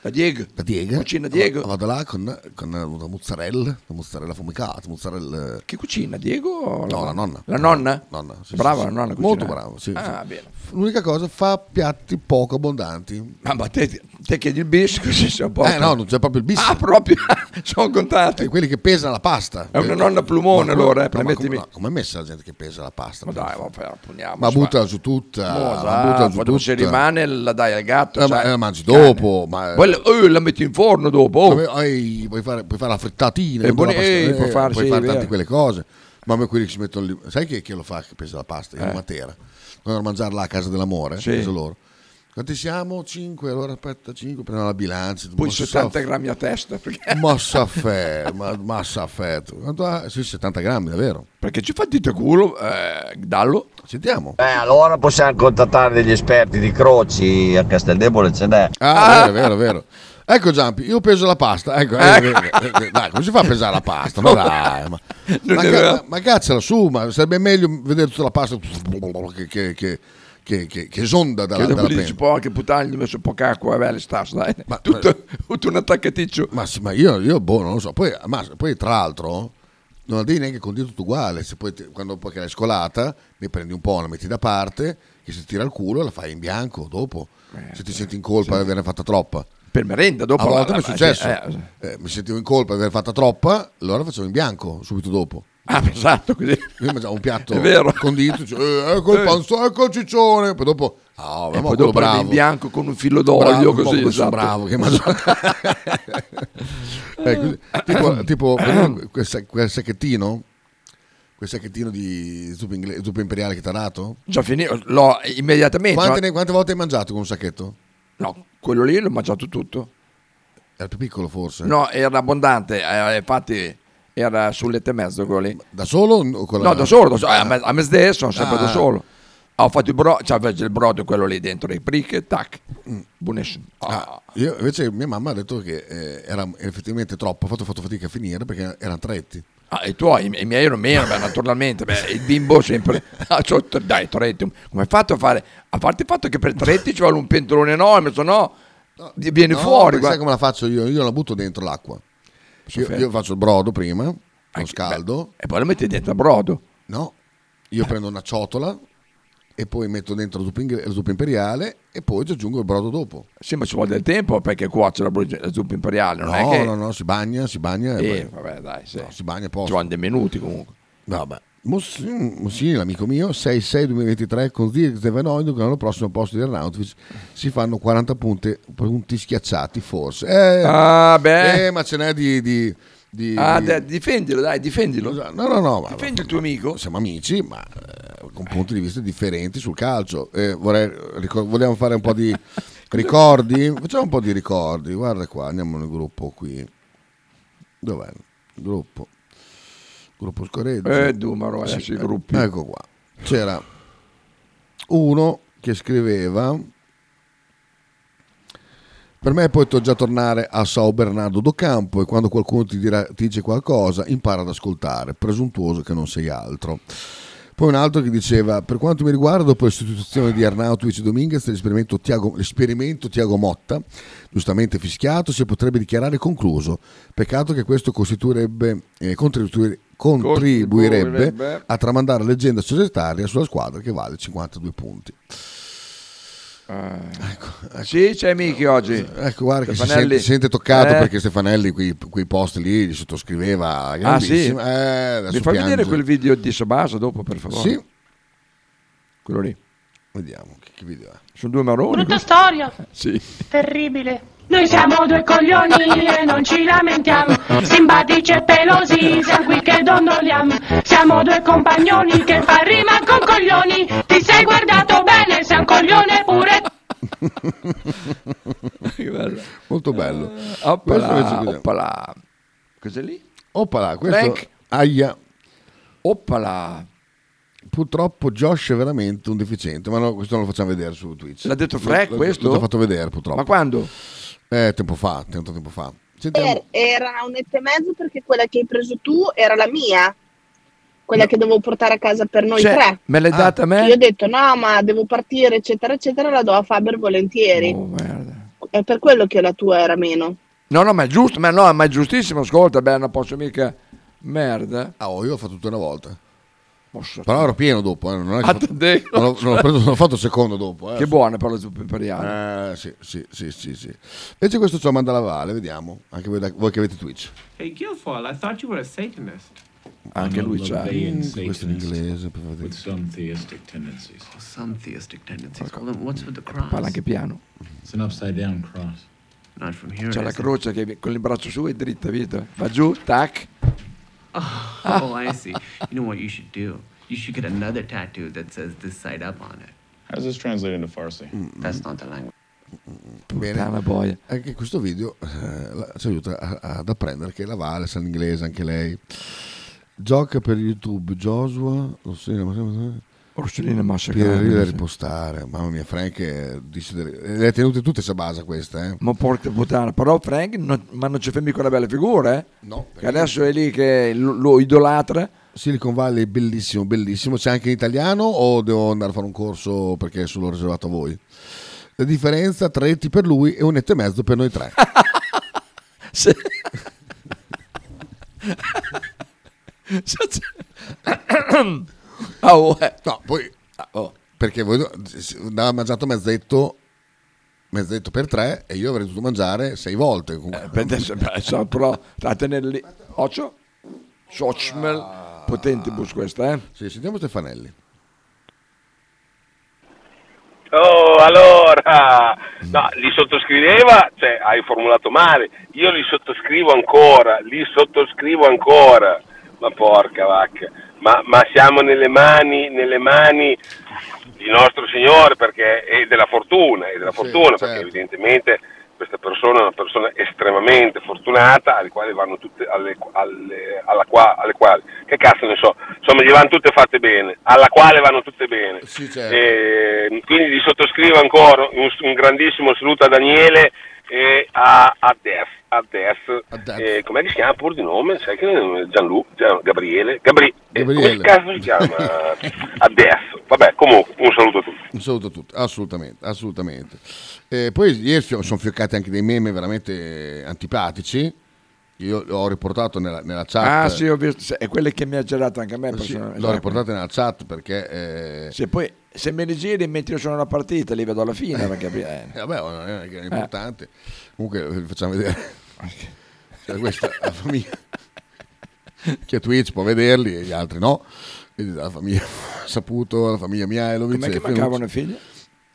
Da Diego? Da Diego. Cucina Diego? Vado là con, con la mozzarella, la mozzarella fumicata, mozzarella... Che cucina, Diego? o No, la- la nonna. La nonna? Nonna, sì, brava sì, la sì. nonna. a Molto cucinare. brava, sì, Ah, sì. bene. L'unica cosa, fa piatti poco abbondanti. Ah, ma te, te chiedi il bis <laughs> così si apposta. Eh no, non c'è proprio il bis. Ah, proprio? <laughs> Sono contati. quelli che pesano la pasta. È una nonna plumone, Ma- allora, eh, no, ma permettimi. come, no, com'è messa la gente che pesa la pasta? Ma per dai, favore? vabbè, puniamo. Ma si buttala fa. su tutta, Mo, ma sa, buttala su poi dopo se tutta. rimane la dai al gatto. Eh, sai, ma- eh, mangi cane. dopo, ma- Quella- eh, la metti in forno dopo. oh. Come- ehi, puoi, fare, puoi fare la frittatina, Eh, con buoni- la pasta- eh, puoi fare, sì, vero. tante quelle cose. Ma a me quelli che si mettono lì, sai chi, chi lo fa che pesa la pasta? In Eh. Matera, quando a mangiare là a casa dell'amore, Sì. peso loro. Quanti siamo? 5, allora aspetta 5, prendiamo la bilancia. Poi ma sa- 70 grammi a testa. Perché, Massa fè, ma, massa fè. tu. Quanto ha? Sì, 70 grammi, davvero. perché ci fa dito culo, eh, dallo. Sentiamo. Beh, allora possiamo contattare degli esperti di croci, a Casteldebole ce n'è. Ah, vero, vero, vero. Ecco Giampi, io peso la pasta. Ecco, eh, Ecco. eh, eh, dai, come si fa a pesare la pasta? Ma dai, ma, <laughs> Non ma, è ca- vero. ma cazzala su, ma sarebbe meglio vedere tutta la pasta che, che, che, che, che, che esonda dalla, che dopo dalla gli dici, pentola. po' che puttana, gli ho messo poca acqua, vabbè, le stas, dai. <laughs> tutto, tutto un attaccaticcio. Ma, sì, ma io, io, boh, non lo so. Poi, ma, poi tra l'altro, non la devi neanche condire tutto uguale. Se poi, te- quando poi che l'hai scolata, ne prendi un po', la metti da parte, che si tira il culo e la fai in bianco dopo. se ti senti in colpa di averne fatta troppa. Eh, Per merenda, dopo A la- volte la- mi è successo. eh, Eh, mi sentivo in colpa di aver fatta troppa, allora facevo in bianco subito dopo. Ah, <laughs> esatto, così. Io mangiavo un piatto <laughs> È vero. condito, dice, "Eh, ecco il Eh. panzo, ecco il ciccione. Poi dopo, ah, E ma poi quello dopo prendi bravo. in bianco con un filo d'olio, Bravo, un po' così. come sono esatto. bravo che mangio- <laughs> Eh, così. tipo, tipo eh. quel, sac- quel sacchettino, quel sacchettino di zuppa, ingle- zuppa imperiale che ti ha dato. Già finito, l'ho immediatamente. Quante, ma- ne- quante volte hai mangiato con un sacchetto? No, quello lì l'ho mangiato tutto. Era più piccolo forse? No, era abbondante, eh, infatti era sull'ette e mezzo quello lì. Da solo? o con la- No, da solo, da solo, eh, a me- a me stesso, sono sempre da Ah. solo. Ah, Ho fatto il brodo, cioè il brodo quello lì dentro, le bricche, tac, Mm. buonissimo. Ah, Io invece mia mamma ha detto che eh, era effettivamente troppo, ho fatto, ho fatto fatica a finire perché erano tretti. ah, I tuoi, i miei erano meno, beh, naturalmente, beh, il <laughs> bimbo sempre. Ah, c'ho- dai, Toretti, come hai fatto a fare? A parte il fatto che per Toretti ci vuole un pentolone enorme, se no ti viene No, fuori. perché Sai guarda. come la faccio io? Io la butto dentro l'acqua. Io, fermo. io faccio il brodo prima, lo scaldo. e poi lo metti dentro il brodo. No, io prendo una ciotola e poi metto dentro la zuppa, ing- la zuppa imperiale e poi ci aggiungo il brodo dopo. Sì, ma ci vuole del tempo perché cuoce la, brug- la zuppa imperiale, non no, è che... no, no, si bagna, si bagna. e Eh, poi- vabbè, dai, sì. si bagna e posto. Ci vanno dei minuti comunque. Vabbè. Mossini, Mossini, l'amico mio, 6-6-2023 con Zirk e Vanoido che al prossimo posto di Arnautovic si fanno 40 punti, punti schiacciati forse. Eh, Ah, beh. eh, ma ce n'è di... di, di- Ah, di- dai, difendilo, dai, difendilo. No, no, no, ma- Difendi il tuo amico. siamo amici, ma eh, con punti di vista differenti sul calcio. Eh, vorrei- ricor- vogliamo fare un po' <laughs> di ricordi? Facciamo un po' di ricordi. Guarda qua, andiamo nel gruppo qui. Dov'è? Il gruppo. Gruppo Scoreggio. Eh, Dumaro, adesso i gruppi. Ecco qua. C'era uno che scriveva... Per me poi già tornare a Sao Bernardo do Campo e quando qualcuno ti, dirà- ti dice qualcosa impara ad ascoltare, presuntuoso che non sei altro. Poi un altro che diceva, per quanto mi riguarda, dopo l'istituzione di Arnautovic e Dominguez, l'esperimento Tiago, l'esperimento Tiago Motta, giustamente fischiato, si potrebbe dichiarare concluso. Peccato che questo costituirebbe, eh, contribuire- contribuirebbe Contribuirebbe. a tramandare la leggenda societaria sulla squadra che vale 52 punti. Ah. Sì, c'è Michi oggi. Ecco, guarda che si Stefanelli. sente, si sente toccato Eh, perché Stefanelli quei, quei post lì li sottoscriveva Ah, sì. grandissimo. Eh, adesso Mi fai piange. vedere quel video di Sabasa dopo, per favore? Sì. Quello lì. Vediamo, che, che video è? Sono due maroni. Brutta storia, Sì. terribile. Noi siamo due coglioni e non ci lamentiamo, simpatici e pelosi, siamo qui che dondoliamo. Siamo due compagnoni che fa rima con coglioni, ti sei guardato bene, sei un coglione <laughs> pure. Molto bello. Questo invece cos'è? Oppala, oppala. Eh, Cos'è lì? Oppala, questo Frank? aia. Oppala. Purtroppo Josh è veramente un deficiente, ma no, questo non lo facciamo vedere su Twitch. L'ha detto Fre, L'ho- l'ho- questo? L'ho già fatto vedere purtroppo. Ma quando? Eh, tempo fa, tanto tempo fa. Per- era un etto e mezzo perché quella che hai preso tu era la mia, quella che dovevo portare a casa per noi Cioè, tre. me l'hai data a me? Io ho detto no, ma devo partire, eccetera, eccetera, la do a Faber volentieri. Oh. È per quello che la tua era meno. No, no, ma è giusto, ma no, ma è giustissimo, ascolta, beh, non posso mica merda. Ah, io l'ho fatto tutta una volta. Però ero pieno dopo, eh, non, è che Ah, fatto- te devo- non l'ho, non l'ho preso- non l'ho fatto il secondo dopo. eh. Che buona per la zuppa imperiale. Eh, sì, sì, sì, sì, sì. Invece questo ci manda la valle, vediamo, anche voi, da- voi che avete Twitch. Hey, Guilfoyle, I thought you were a Satanist. Anche lui c'ha. Questo in inglese, per favore. Some theistic tendencies. Oh, some theistic tendencies. Well, then what's with the cross? Parla anche piano. It's an upside down cross. Not from here. C'è la is it? croce che con il braccio su è dritta, vito. Va giù, tac. Oh, <laughs> oh, I see. You know what you should do? You should get another tattoo that says this side up on it. How does this translate into Farsi? That's not the language. Puttana boia. Anche questo video eh, la- ci aiuta a- ad apprendere che la Vale sa l'inglese anche lei. Gioca per YouTube Joshua Rossellina Orsolina Massacrante, Pierre da sì. ripostare. Mamma mia, Frank eh, dice delle- le ha tenute tutte se basa questa, eh. Ma porca puttana, però Frank, non- ma non ci fermi con la bella figura, eh? No. Che adesso <coughs> è lì che lo, lo idolatra. Silicon Valley bellissimo, bellissimo. C'è anche in italiano o devo andare a fare un corso perché è solo riservato a voi? La differenza tre etti per lui e un etto e mezzo per noi tre. <laughs> <laughs> Sì. Ah, oh, eh. No, poi Oh, perché voi do- s- andava mangiato mezzetto mezzetto per tre e io avrei dovuto mangiare sei volte comunque. Eh, Per adesso, beh, so, però, a tenerli. Occio, Sochmel, potentibus questa, eh? Sì, sentiamo Stefanelli. Oh, allora, no, li sottoscriveva, cioè hai formulato male, io li sottoscrivo ancora, li sottoscrivo ancora, ma porca vacca, ma, ma siamo nelle mani, nelle mani di nostro Signore perché, e della fortuna, e della fortuna perché evidentemente questa persona è una persona estremamente fortunata alle quali vanno tutte, alle, alle- alla qua- alle quali, che cazzo ne so, insomma gli vanno tutte fatte bene, alla quale vanno tutte bene. Certo. Eh, quindi li sottoscrivo ancora un, un grandissimo saluto a Daniele e a, a Def. A Def. Eh, com'è che si chiama pur di nome? Sai che eh, Gianlu, Gian- Gabriele, Gabri- eh, come Gabriele. cazzo si chiama? <laughs> a Def. Vabbè, comunque, un saluto a tutti. Un saluto a tutti, assolutamente, assolutamente. Eh, poi ieri sono fioccati anche dei meme veramente antipatici. Io l'ho riportato nella, nella chat. Ah, sì, ho visto, sì, è quelle che mi ha gelato anche a me Sì, personalmente. l'ho riportato nella chat perché... eh, Se poi se me li giri mentre io sono una partita li vedo alla <laughs> fine perché eh. Eh, vabbè, non è che è importante. Comunque eh, vi facciamo <laughs> vedere. Cioè, questa è la famiglia. Chi ha Twitch può vederli e gli altri no. Quindi la famiglia Saputo, la famiglia Miailovic. Com'è e che Fenucci. mancavano i figli?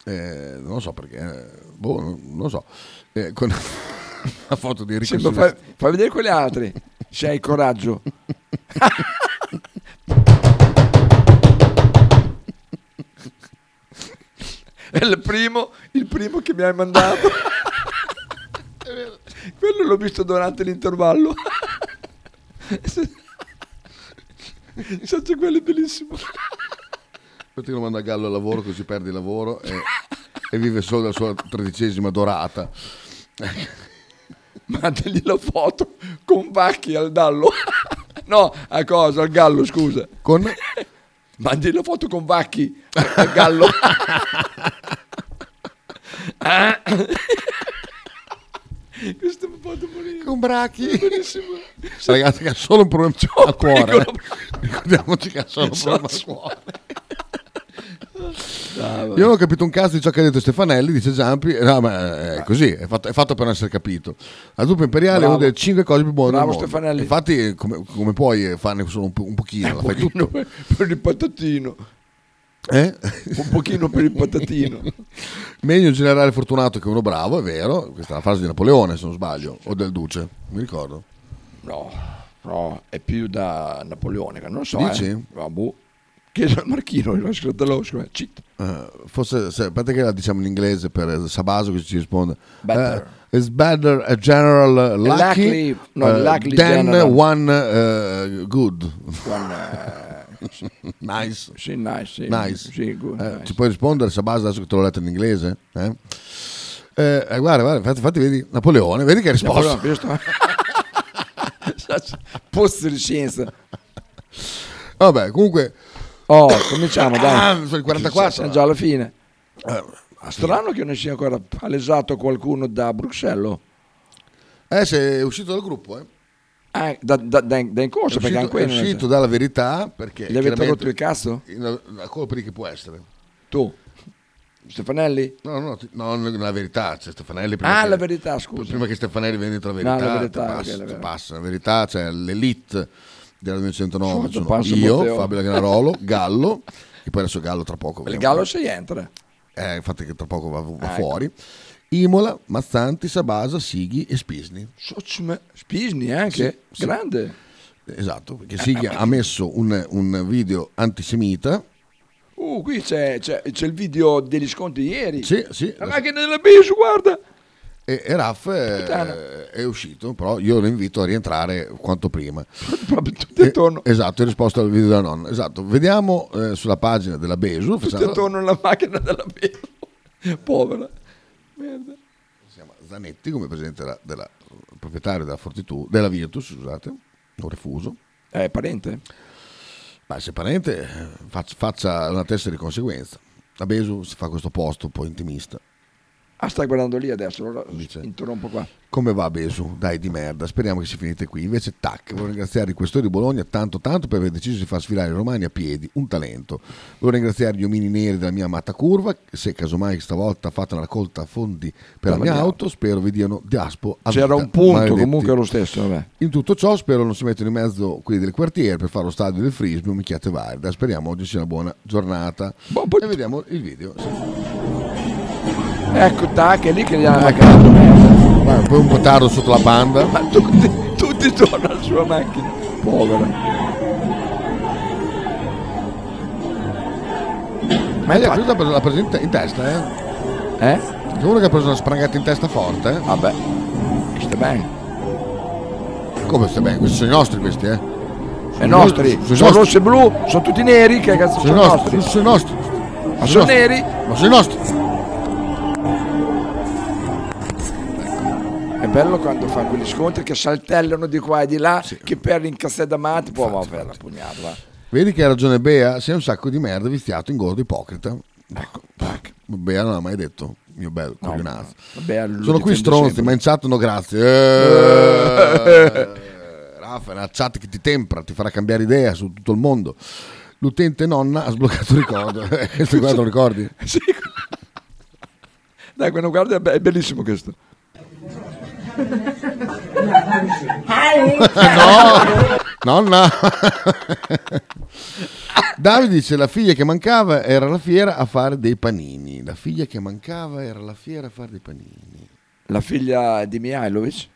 Eh, non lo so perché, eh, boh, non, non lo so. Eh, con la foto di Enrico Sì, ma fai, Silvestri. fai vedere quegli altri se hai coraggio è il primo il primo che mi hai mandato quello l'ho visto durante <laughs> l'intervallo Sento quello è bellissimo. Aspetta che lo manda a Gallo al lavoro così perde il lavoro e, e vive solo la sua tredicesima dorata. <laughs> Mandagli la foto con Vacchi al Dallo. <laughs> No, a cosa? Al Gallo, scusa. Con? <laughs> Mandagli la foto con Vacchi al Gallo. Ah. Questo mi ha fatto morire. Con Brachi. Benissimo. Ragazzi, che ha solo un problema Cioè, al cuore. eh. <laughs> Ricordiamoci che ha solo un Sono problema al cuore. Ah, <laughs> vabbè. <laughs> Io non ho capito un cazzo di ciò che ha detto Stefanelli, dice Giampi. No, ma è così, è fatto, è fatto per non essere capito. La zuppa imperiale è Bravo. una delle cinque cose più buone Bravo, del mondo. Stefanelli. Infatti, come, come puoi eh, farne solo un, po- un pochino? La fai tutto. per il patatino. Eh? Un pochino per il patatino. <laughs> Meglio un generale fortunato che uno bravo, è vero. Questa è la frase di Napoleone, se non sbaglio, o del Duce, non mi ricordo. No, no, è più da Napoleone, che non so. Dici? Eh. Ma boh. Che è Marchino, l'ho scritto là, scusa, cheat. Eh, forse, se, a parte che la diciamo in inglese per eh, Sabaso che ci risponde. Better. Eh, it's better a general eh, lucky, Luckily- no, eh, luckily than general. one eh, good. Con, eh, nice. Sì, nice. <laughs> Sì, Nice. Sì, good, Eh, nice. Ci puoi rispondere, Sabasa, adesso che te l'ho letto in inglese? Eh? Eh, eh, guarda, guarda, infatti, infatti vedi Napoleone, vedi che ha risposto. Napoleone, sto- <laughs> Posto di scienza. <laughs> Vabbè, comunque. Oh, cominciamo, dai. Ah, sono il Eh, 44. Siamo già alla fine. Eh, Strano che non sia ancora palesato qualcuno da Bruxelles. Eh, sei uscito dal gruppo, eh? Ah, da, da, da, da in corso, È perché uscito, anche è quello non è- uscito dalla verità perché Gli avete chiaramente- rotto il cazzo? In- La colpa di chi può essere? Tu, Stefanelli? No, no, ti- no, la verità, c'è Stefanelli prima Ah, che- la verità, scusa. Prima che Stefanelli venga dentro la No, verità, la ti verità, ok, passa, la ti verità. passa la verità, cioè l'elite della 1909 Sì, sono passa io, Matteo. Fabio Lagnarolo, Gallo e poi adesso Gallo tra poco. Il vediamo. gallo si entra. Eh, infatti che tra poco va, va Ah, ecco. fuori. Imola, Mazzanti, Sabasa, Sighi e Spisni. Socme- Spisni anche? Sì, sì. Grande. Esatto, perché Sighi ha messo un, un video antisemita. Uh, qui c'è, c'è, c'è il video degli sconti di ieri. Sì, sì. La macchina della Bisu, guarda. E, e Raff eh, Puttana. è uscito, però io lo invito a rientrare quanto prima. <laughs> Proprio tutti attorno. Eh, esatto, in risposta al video della nonna. Esatto, vediamo eh, sulla pagina della Besu. Tutti attorno alla macchina della Bisu. <laughs> Povera. Merda. Zanetti come presidente della, della- proprietario della Fortitudo, della Virtus, scusate, non refuso. È parente? Ma se è parente eh, fac- faccia una testa di conseguenza. La Besu si fa questo posto un po' intimista. Ah, stai guardando lì adesso, allora interrompo qua. Come va Besu? Dai di merda, speriamo che si finite qui. Invece tac, voglio ringraziare i questori di Bologna tanto tanto per aver deciso di far sfilare i romani a piedi, un talento. Voglio ringraziare gli omini neri della mia amata curva, che se casomai stavolta fate una raccolta fondi per la mia auto, spero vi diano di aspo a C'era vita. un punto, Maledetti. comunque è lo stesso. Vabbè. In tutto ciò spero non si mettano in mezzo quelli del quartiere per fare lo stadio del frisbee o minchiate varie. Dai, Speriamo oggi sia una buona giornata. E Boh, vediamo il video. Ecco, tac, è lì che gli hanno Guarda, Poi un potardo sotto la panda. Ma tutti, tutti intorno alla sua macchina. Povera. Ma gli ha preso la presenta in testa, eh? Eh? Sicuro che ha preso una sprangata in testa forte, eh? Vabbè. Sta bene. Come sta bene? Questi sono i nostri questi, eh? Sono i nostri, i sono nostri. rossi e blu, sono tutti neri, che cazzo Sono sono, i nostri, nostri. sono i nostri. Ma i sono nostri. neri? Ecco. Ma sono i nostri. È bello quando fa quegli scontri che saltellano di qua e di là, che perdi in cassedamati, poi va a fare boh, la pugnata. Vedi che ha ragione Bea, sei un sacco di merda viziato, ingordo, ipocrita. Ecco, tac. Bea non l'ha mai detto, mio bello, coglionato. Vabbè, lo Sono qui difendo stronzi, sempre. ma in chat no grazie. <laughs> Eh, Raffa, è una chat che ti tempra, ti farà cambiare idea su tutto il mondo. L'utente nonna ha sbloccato il ricordo. <laughs> Eh, Questo qua te lo <laughs> ricordi? Dai, quando guarda è be- è bellissimo questo. no, nonna. Davide dice la figlia che mancava era alla fiera a fare dei panini. La figlia che mancava era alla fiera a fare dei panini. La figlia di Mihailovic?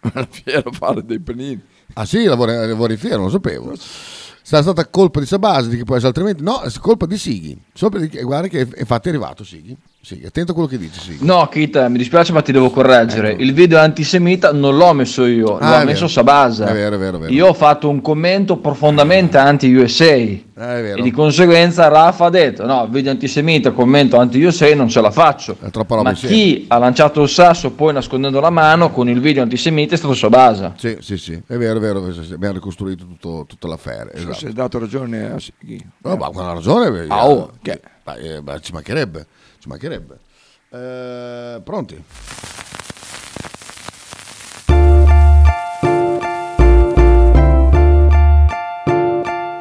<laughs> La figlia a fare dei panini. Ah sì, lavora, lavora in fiera, non lo sapevo. Sarà stata colpa di Sabasi, di chi può essere altrimenti? No, è colpa di Sighi. So per- guarda che è- infatti è arrivato Sighi. Sighi, attento a quello che dici Sighi. No, Kita, mi dispiace, ma ti devo correggere. Il video antisemita non l'ho messo io, Eh, Ah, l'ha è messo vero. Sabasa. È vero, è vero, è vero. Io ho fatto un commento profondamente anti-USA. Ah, è vero. E di conseguenza Rafa ha detto: No, video antisemita, commento anti-USA, non ce la faccio. roba Ma insieme. chi ha lanciato il sasso poi nascondendo la mano con il video antisemita è stato Sabasa. Sì, sì, sì, è vero, è vero, sì, sì, abbiamo ricostruito tutto, tutta l'affare. Non so Esatto. Se hai dato ragione a Sighi. No, ma con la ragione. perché- Ah, oh, che- Ma, eh, ma ci mancherebbe, ci mancherebbe. Eh, pronti?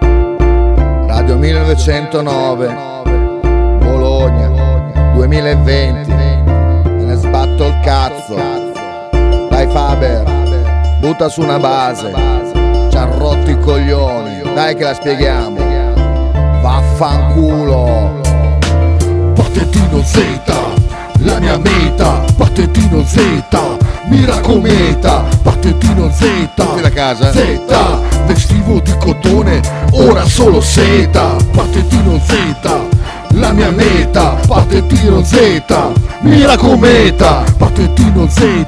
Radio 1909, Bologna, 2020, me ne sbatto il cazzo. Dai Faber, butta su una base, ci ha rotto i coglioni, dai che la spieghiamo. Vaffanculo. Patetino Z, la mia meta, patetino Z, mira cometa, patetino Z, da casa. Z, vestivo di cotone, ora solo seta, patetino Z, la mia meta, patetino Z, mira cometa, patetino Z,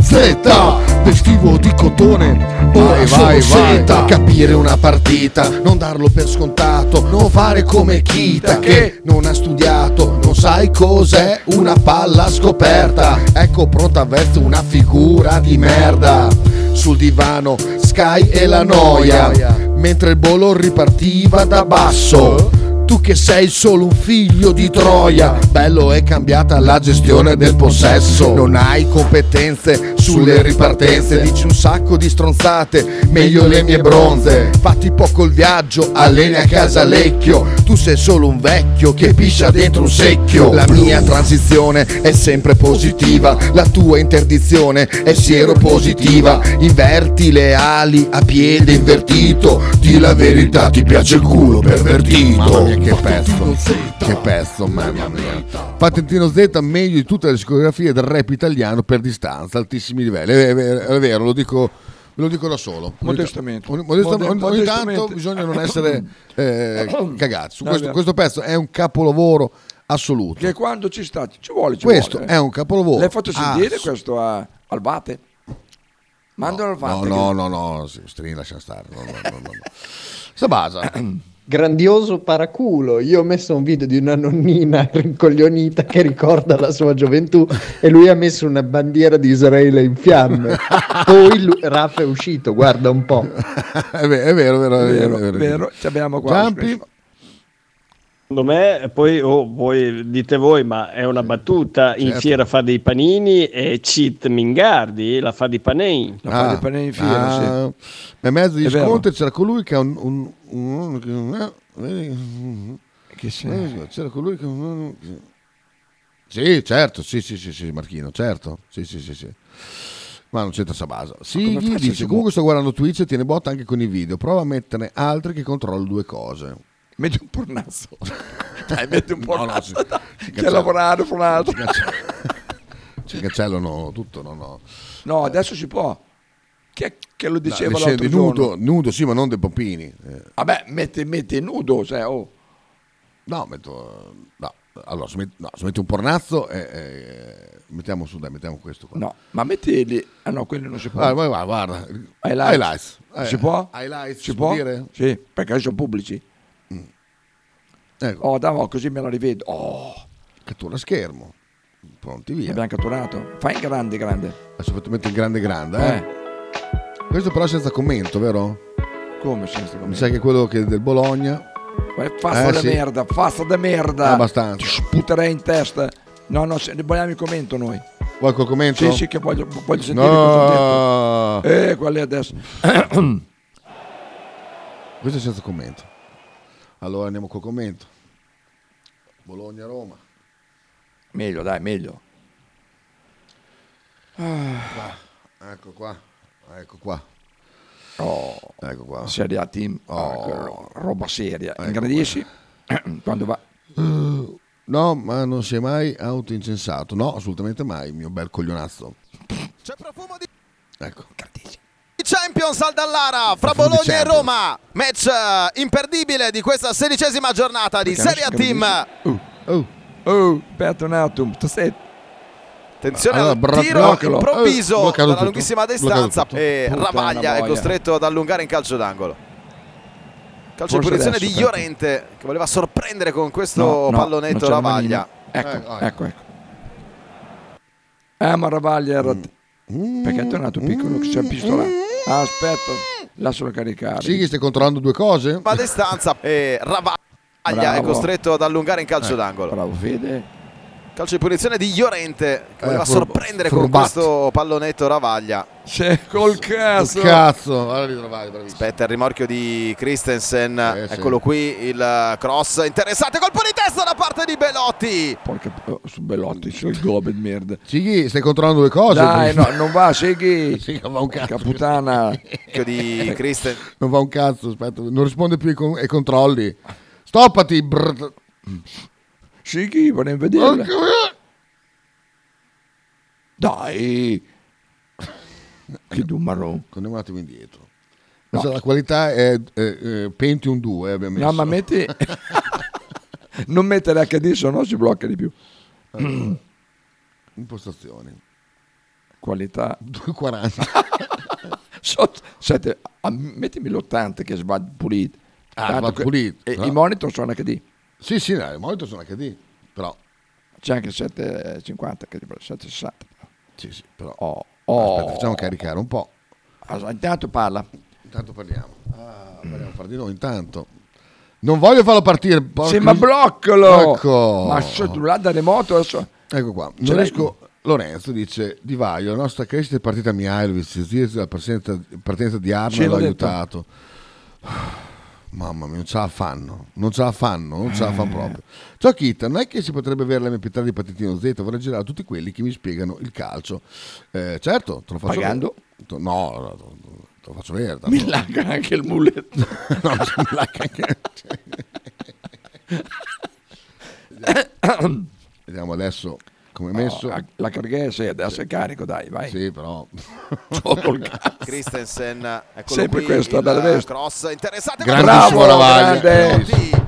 Z, vestivo di cotone, ora Vai, sono vai, vai. seta. Capire una partita, non darlo per scontato, non fare come Kita che non ha studiato, non sai cos'è una palla scoperta. Ecco pronta verso una figura di merda. Sul divano Sky e la noia, mentre il bolo ripartiva da basso. Tu che sei solo un figlio di Troia, bello è cambiata la gestione del possesso. Non hai competenze sulle ripartenze, dici un sacco di stronzate, meglio le mie bronze. Fatti poco il viaggio, alleni a Casalecchio, tu sei solo un vecchio che piscia dentro un secchio. La mia transizione è sempre positiva, la tua interdizione è sieropositiva. Inverti le ali a piede invertito, di la verità ti piace il culo pervertito. Mamma mia, che pezzo. Che pezzo, mamma mia. Patentino Z meglio di tutte le discografie del rap italiano per distanza, altissimi livelli. È vero, è vero, lo dico, ve lo dico da solo. Modestamente. Ogni, modestamente- ogni- ogni tanto Modestamente. bisogna non essere <coughs> eh, cagati. Su No, Questo, vero. questo pezzo è un capolavoro assoluto. Che quando ci sta, ci vuole. Ci Questo vuole, è un capolavoro. Ah, L'hai fatto sentire Ass- questo a, al Vate? Mandalo al No, Vate. no, che- no, no, sì, Strini, lascia stare. No, no, no, <laughs> no. Sabasa. Grandioso paraculo. Io ho messo un video di una nonnina rincoglionita che ricorda la sua gioventù e lui ha messo una bandiera di Israele in <laughs> fiamme. Poi lui- Rafa è uscito, guarda un po'. È vero, è vero, è vero. È vero, è vero. Ci abbiamo qua. Secondo me, e poi oh, voi dite voi, ma è una battuta. In Certo. fiera fa dei panini e cheat Mingardi la fa di panini. La fa di panini in fiera, ah, Nel mezzo di È vero. scontri c'era colui che ha un. un, un- un- un- Che c'era? colui che. un- Sì, certo, sì, sì, sì, sì, Marchino, certo. Sì, sì, sì, sì. Ma non c'entra Sabasa. Sì, come gli faccio dice, se boh-" comunque sto guardando Twitch e tiene botta anche con i video. Prova a metterne altri che controllo due cose. Metti un pornazzo. <laughs> Dai, metti un No, no, pornazzo. sì. dai, Sì, che cazzo. lavorare con un altro. Ci Cioè, cancellano tutto, no, no. No, adesso si può. Chi è che lo diceva No, le l'altro scene di giorno? nudo, nudo, sì, ma non dei pompini. Eh, Vabbè, metti, metti nudo, cioè, oh. No, metto. No, allora, se metti, no, se metti un pornazzo, eh, eh, mettiamo su, dai, mettiamo questo qua. No, ma metti lì. Ah no, quello non si può. Guarda, vai, vai, guarda. Highlights. Highlights. Eh. Si può? Highlights, si si può? può dire? Sì, perché sono pubblici. Oh, dai, no, così me la rivedo. Oh. Ecco. Cattura schermo. Pronti via. Abbiamo catturato. Fai in grande, grande. Adesso fatto mettere il grande grande, eh. Questo però senza commento, vero? Come senza Mi commento? sa che quello che è del Bologna. Vai, Fassa Eh, da sì. merda, fassa da merda. Abbastanza. Ti sputerei in testa. No, no, se, ne vogliamo il commento noi. Vuoi col commento? Sì, sì, che voglio, voglio sentire cosa no. ho detto. Eh, qual è adesso? <coughs> Questo è senza commento. Allora andiamo col commento. Bologna-Roma. Meglio, dai, meglio. Ah. Qua, Ecco qua. Ecco qua. Oh, ecco qua. Serie A team. Ecco, Oh, roba seria. Ecco Eh, Ingrandisci. <clears throat> Quando va. No, ma non si è mai autoincensato. No, assolutamente mai, mio bel coglionazzo. C'è profumo di Ecco. Champions al Dallara fra Profumo di Bologna e Champions. Roma. Match eh, imperdibile di questa sedicesima giornata di Serie A Team. Oh, oh, oh, aspetta un attimo. Tu sei- Attenzione Allora, al bra- tiro bloccalo. Eh, improvviso bloccato dalla tutto. lunghissima Bloccato distanza tutto. e Puttana Ravaglia è boia. costretto ad allungare in calcio d'angolo. Calcio Forse di punizione di adesso, Peppe. Llorente che voleva sorprendere con questo No, no, non pallonetto c'era Ravaglia. Ecco, ecco, ecco. Eh, ma Ravaglia era... Mm. Perché è tornato piccolo che c'è il pistolato. Ah, aspetta, lascialo caricare. Sì, che stai controllando due cose? Ma distanza e Ravaglia è Bravo. costretto ad allungare in calcio Eh, d'angolo. Bravo Fede. Calcio di punizione di Llorente che Eh, voleva furbo- sorprendere con furbato. questo pallonetto Ravaglia. C'è col cazzo. Cazzo, guarda di trovare, bravissimo. Aspetta il rimorchio di Christensen, sì. eccolo qui il eh, cross interessante, colpo di testa da parte di <laughs> Belotti. Porca oh, su Bellotti, c'è il gobel merda. Sighi, stai controllando due cose? Dai, Perché- no, non va, <laughs> segui. va un cazzo. Caputana. di Christen. <laughs> Non va un cazzo, aspetta, non risponde più ai, con- ai controlli. Stoppati, brr. Sighi, vorrei vederla. Dai. Che dumaro. Andiamo un attimo indietro. Questa- La qualità è eh, eh, Pentium 2, abbiamo No, ma metti... <laughs> non <clears throat> mettere HD, se no si blocca di più. Impostazioni. Qualità. <laughs> 2,40. Sotto, sette, ah, mettimi l'80 che sbaglio pulito. Ah, Tanto sbaglio que- pulito, E, no. I monitor sono HD. Sì, sì, no, i monitor sono HD, però... C'è anche il 750, che 760. Sì, sì, però... Oh, Aspetta, facciamo caricare un po'. intanto parla. Intanto parliamo. Ah, parliamo fra di noi intanto. Non voglio farlo partire. porco- Sì, ma bloccalo! Ecco. Ma sono da remoto adesso. Ecco qua. Ce Non l'hai? riesco- Lorenzo dice Di Vaio, la nostra crescita è partita a Mihailovic, la presenza- partenza di Sì, Arma l'ho l'ha detto. aiutato. Mamma mia, non ce la fanno, non ce la fanno, non ce la Eh. fanno proprio. Ciao Kita, non è che si potrebbe avere l'MP3 di Patitino Z, vorrei girare a tutti quelli che mi spiegano il calcio. Eh, certo, te lo faccio Pagando? vedere. No, no, no, te lo faccio vedere. tanto- Mi lagga anche il mullet. <laughs> no, mi lagga <laughs> anche... <laughs> Eh. Vediamo- <coughs> Vediamo adesso come è messo. Oh, la- la carghese sì, adesso è carico, dai, vai. Sì, però... <laughs> Sotto <laughs> il <laughs> cazzo. Christensen, eccolo Sempre qui, questo, il dalla destra. cross interessante Grandissimo Bravo, Ravaglia. grande. Bravissimo.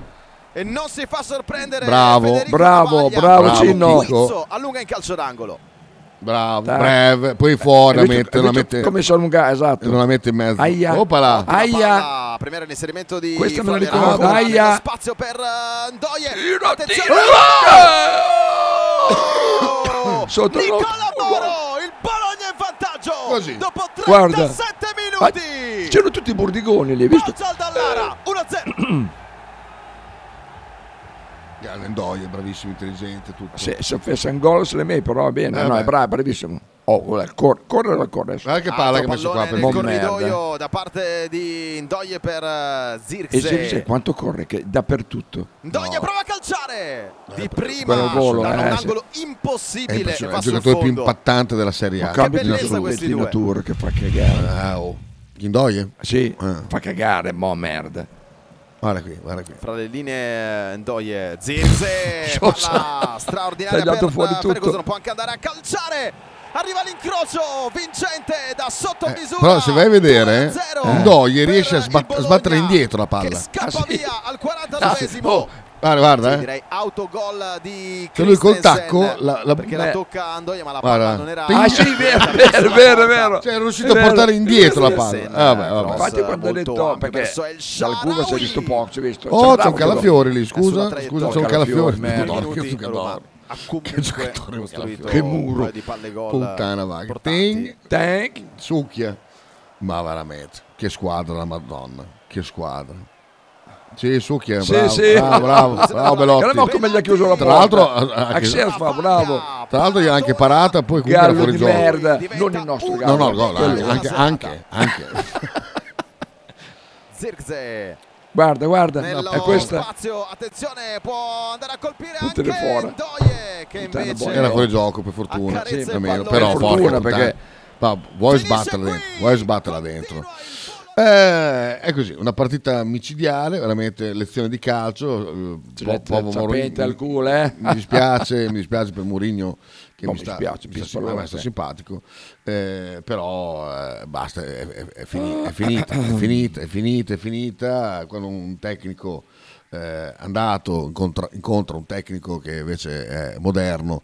e non si fa sorprendere Bravo, Federico Bravo, Ravaglia. bravo, Bravo, Cinno. Chico. Pizzo allunga in calcio d'angolo Bravo, Dai. breve, poi fuori la Hai visto- mette, hai la visto mette, Come sono un ga- esatto. non la mette in mezzo. Aia. Opala. Aia. a premiare l'inserimento di Questa me la Florian ricordo. Angola, Aia. nello spazio per eh, Ndoye attenzione Ah! Oh! Sotto il Nicola Moro il Bologna in vantaggio dopo 37 Guarda. Ma minuti c'erano tutti i burdigoni lì, hai visto? Pozzal Dallara 1-0 Grande Ndoye, bravissimo, intelligente, tutto. <clears throat> Se, se fosse un gol se le mie, però va bene. Eh, no, beh. è bravo, bravissimo. Oh, guarda, cor- corre, corre. Guarda che palla che ha messo qua pallone per Ah, nel Bon merda. corridoio da parte di Ndoye per eh, Zirkzee. E Zirze, quanto corre? Che dappertutto. Ndoye prova a calciare Eh, di quello prima volo, da un eh, sì. angolo È impossibile impressionante, e è il va sul giocatore più fondo. impattante della Serie A. Ma cambia bellezza tiratura, questi tira due. tour che fa cagare. Wow. Ndoye? Sì, Eh. fa cagare, mo merda. Guarda qui, guarda qui. Fra le linee eh, Ndoye, <laughs> Zirze, palla straordinaria Tagliato per fuori eh, tutto. Ferguson, può anche andare a calciare. Arriva l'incrocio vincente da sotto misura. Però se vai a vedere, 2-0 Ndoye riesce a sbat- sbattere indietro la che palla. Eh. Ah, scappa via al 49esimo. Oh, Guarda, guarda, Sì, eh. direi autogol di Che lui col Christensen, tacco la- la- perché beh. la tocca a Andoia ma la Guarda. palla non era <laughs> Ah, sì, vero, <laughs> vero, vero, vero. Cioè, è riuscito a portare indietro la palla. Christensen, Ah, vabbè, vabbè. cross Infatti quando molto ho detto ampio perché verso El dal Cuba si è Shaarawy. visto poco, si è visto. Oh, c'è bravo un calafiore lì, È sulla scusa. Scusa, c'è un traiettoria. calafiore. Merda. Madonna, Minuti, che Roma giocatore. ha comunque Che giocatore, costruito Che un muro. paio di palle gol Puttana vaga. importanti. Ting, Tank. succhia. Ma veramente, che squadra la Madonna. Che squadra. Sì, succhia, Sì, bravo, sì. bravo, <laughs> bravo, bravo Guarda Belotti. come gli ha chiuso la Tra porta. l'altro, ah, ah, che- Axel fa bravo. Tra l'altro gliel'ha anche parata, poi comunque era Gallo fuori di gioco. merda, non il nostro No, gallo. no, gol, Quello- anche, anche, anche. Zirkzee Guarda, guarda, nello è questa. spazio attenzione può andare a colpire Buttale anche fuori. Ndoye che Puttana invece boia. boh, Era fuori gioco, per fortuna. Accarezza Sì, il almeno, pallone. però, Per fortuna, porca puttana. perché- Ma vuoi sbatterla dentro, vuoi sbatterla dentro. Eh, è così, una partita micidiale, veramente lezione di calcio. eh, po- povo Mourinho. Sapete al culo, eh? mi dispiace, mi dispiace per Mourinho che No, mi, mi sta, dispiace, mi mi sta- dispiace a per me lui, sta sì. simpatico, eh, però eh, basta, è, è- è fini- è finita, è finita, è finita, è finita. Quando un tecnico eh, andato incontra, incontra un tecnico che invece è moderno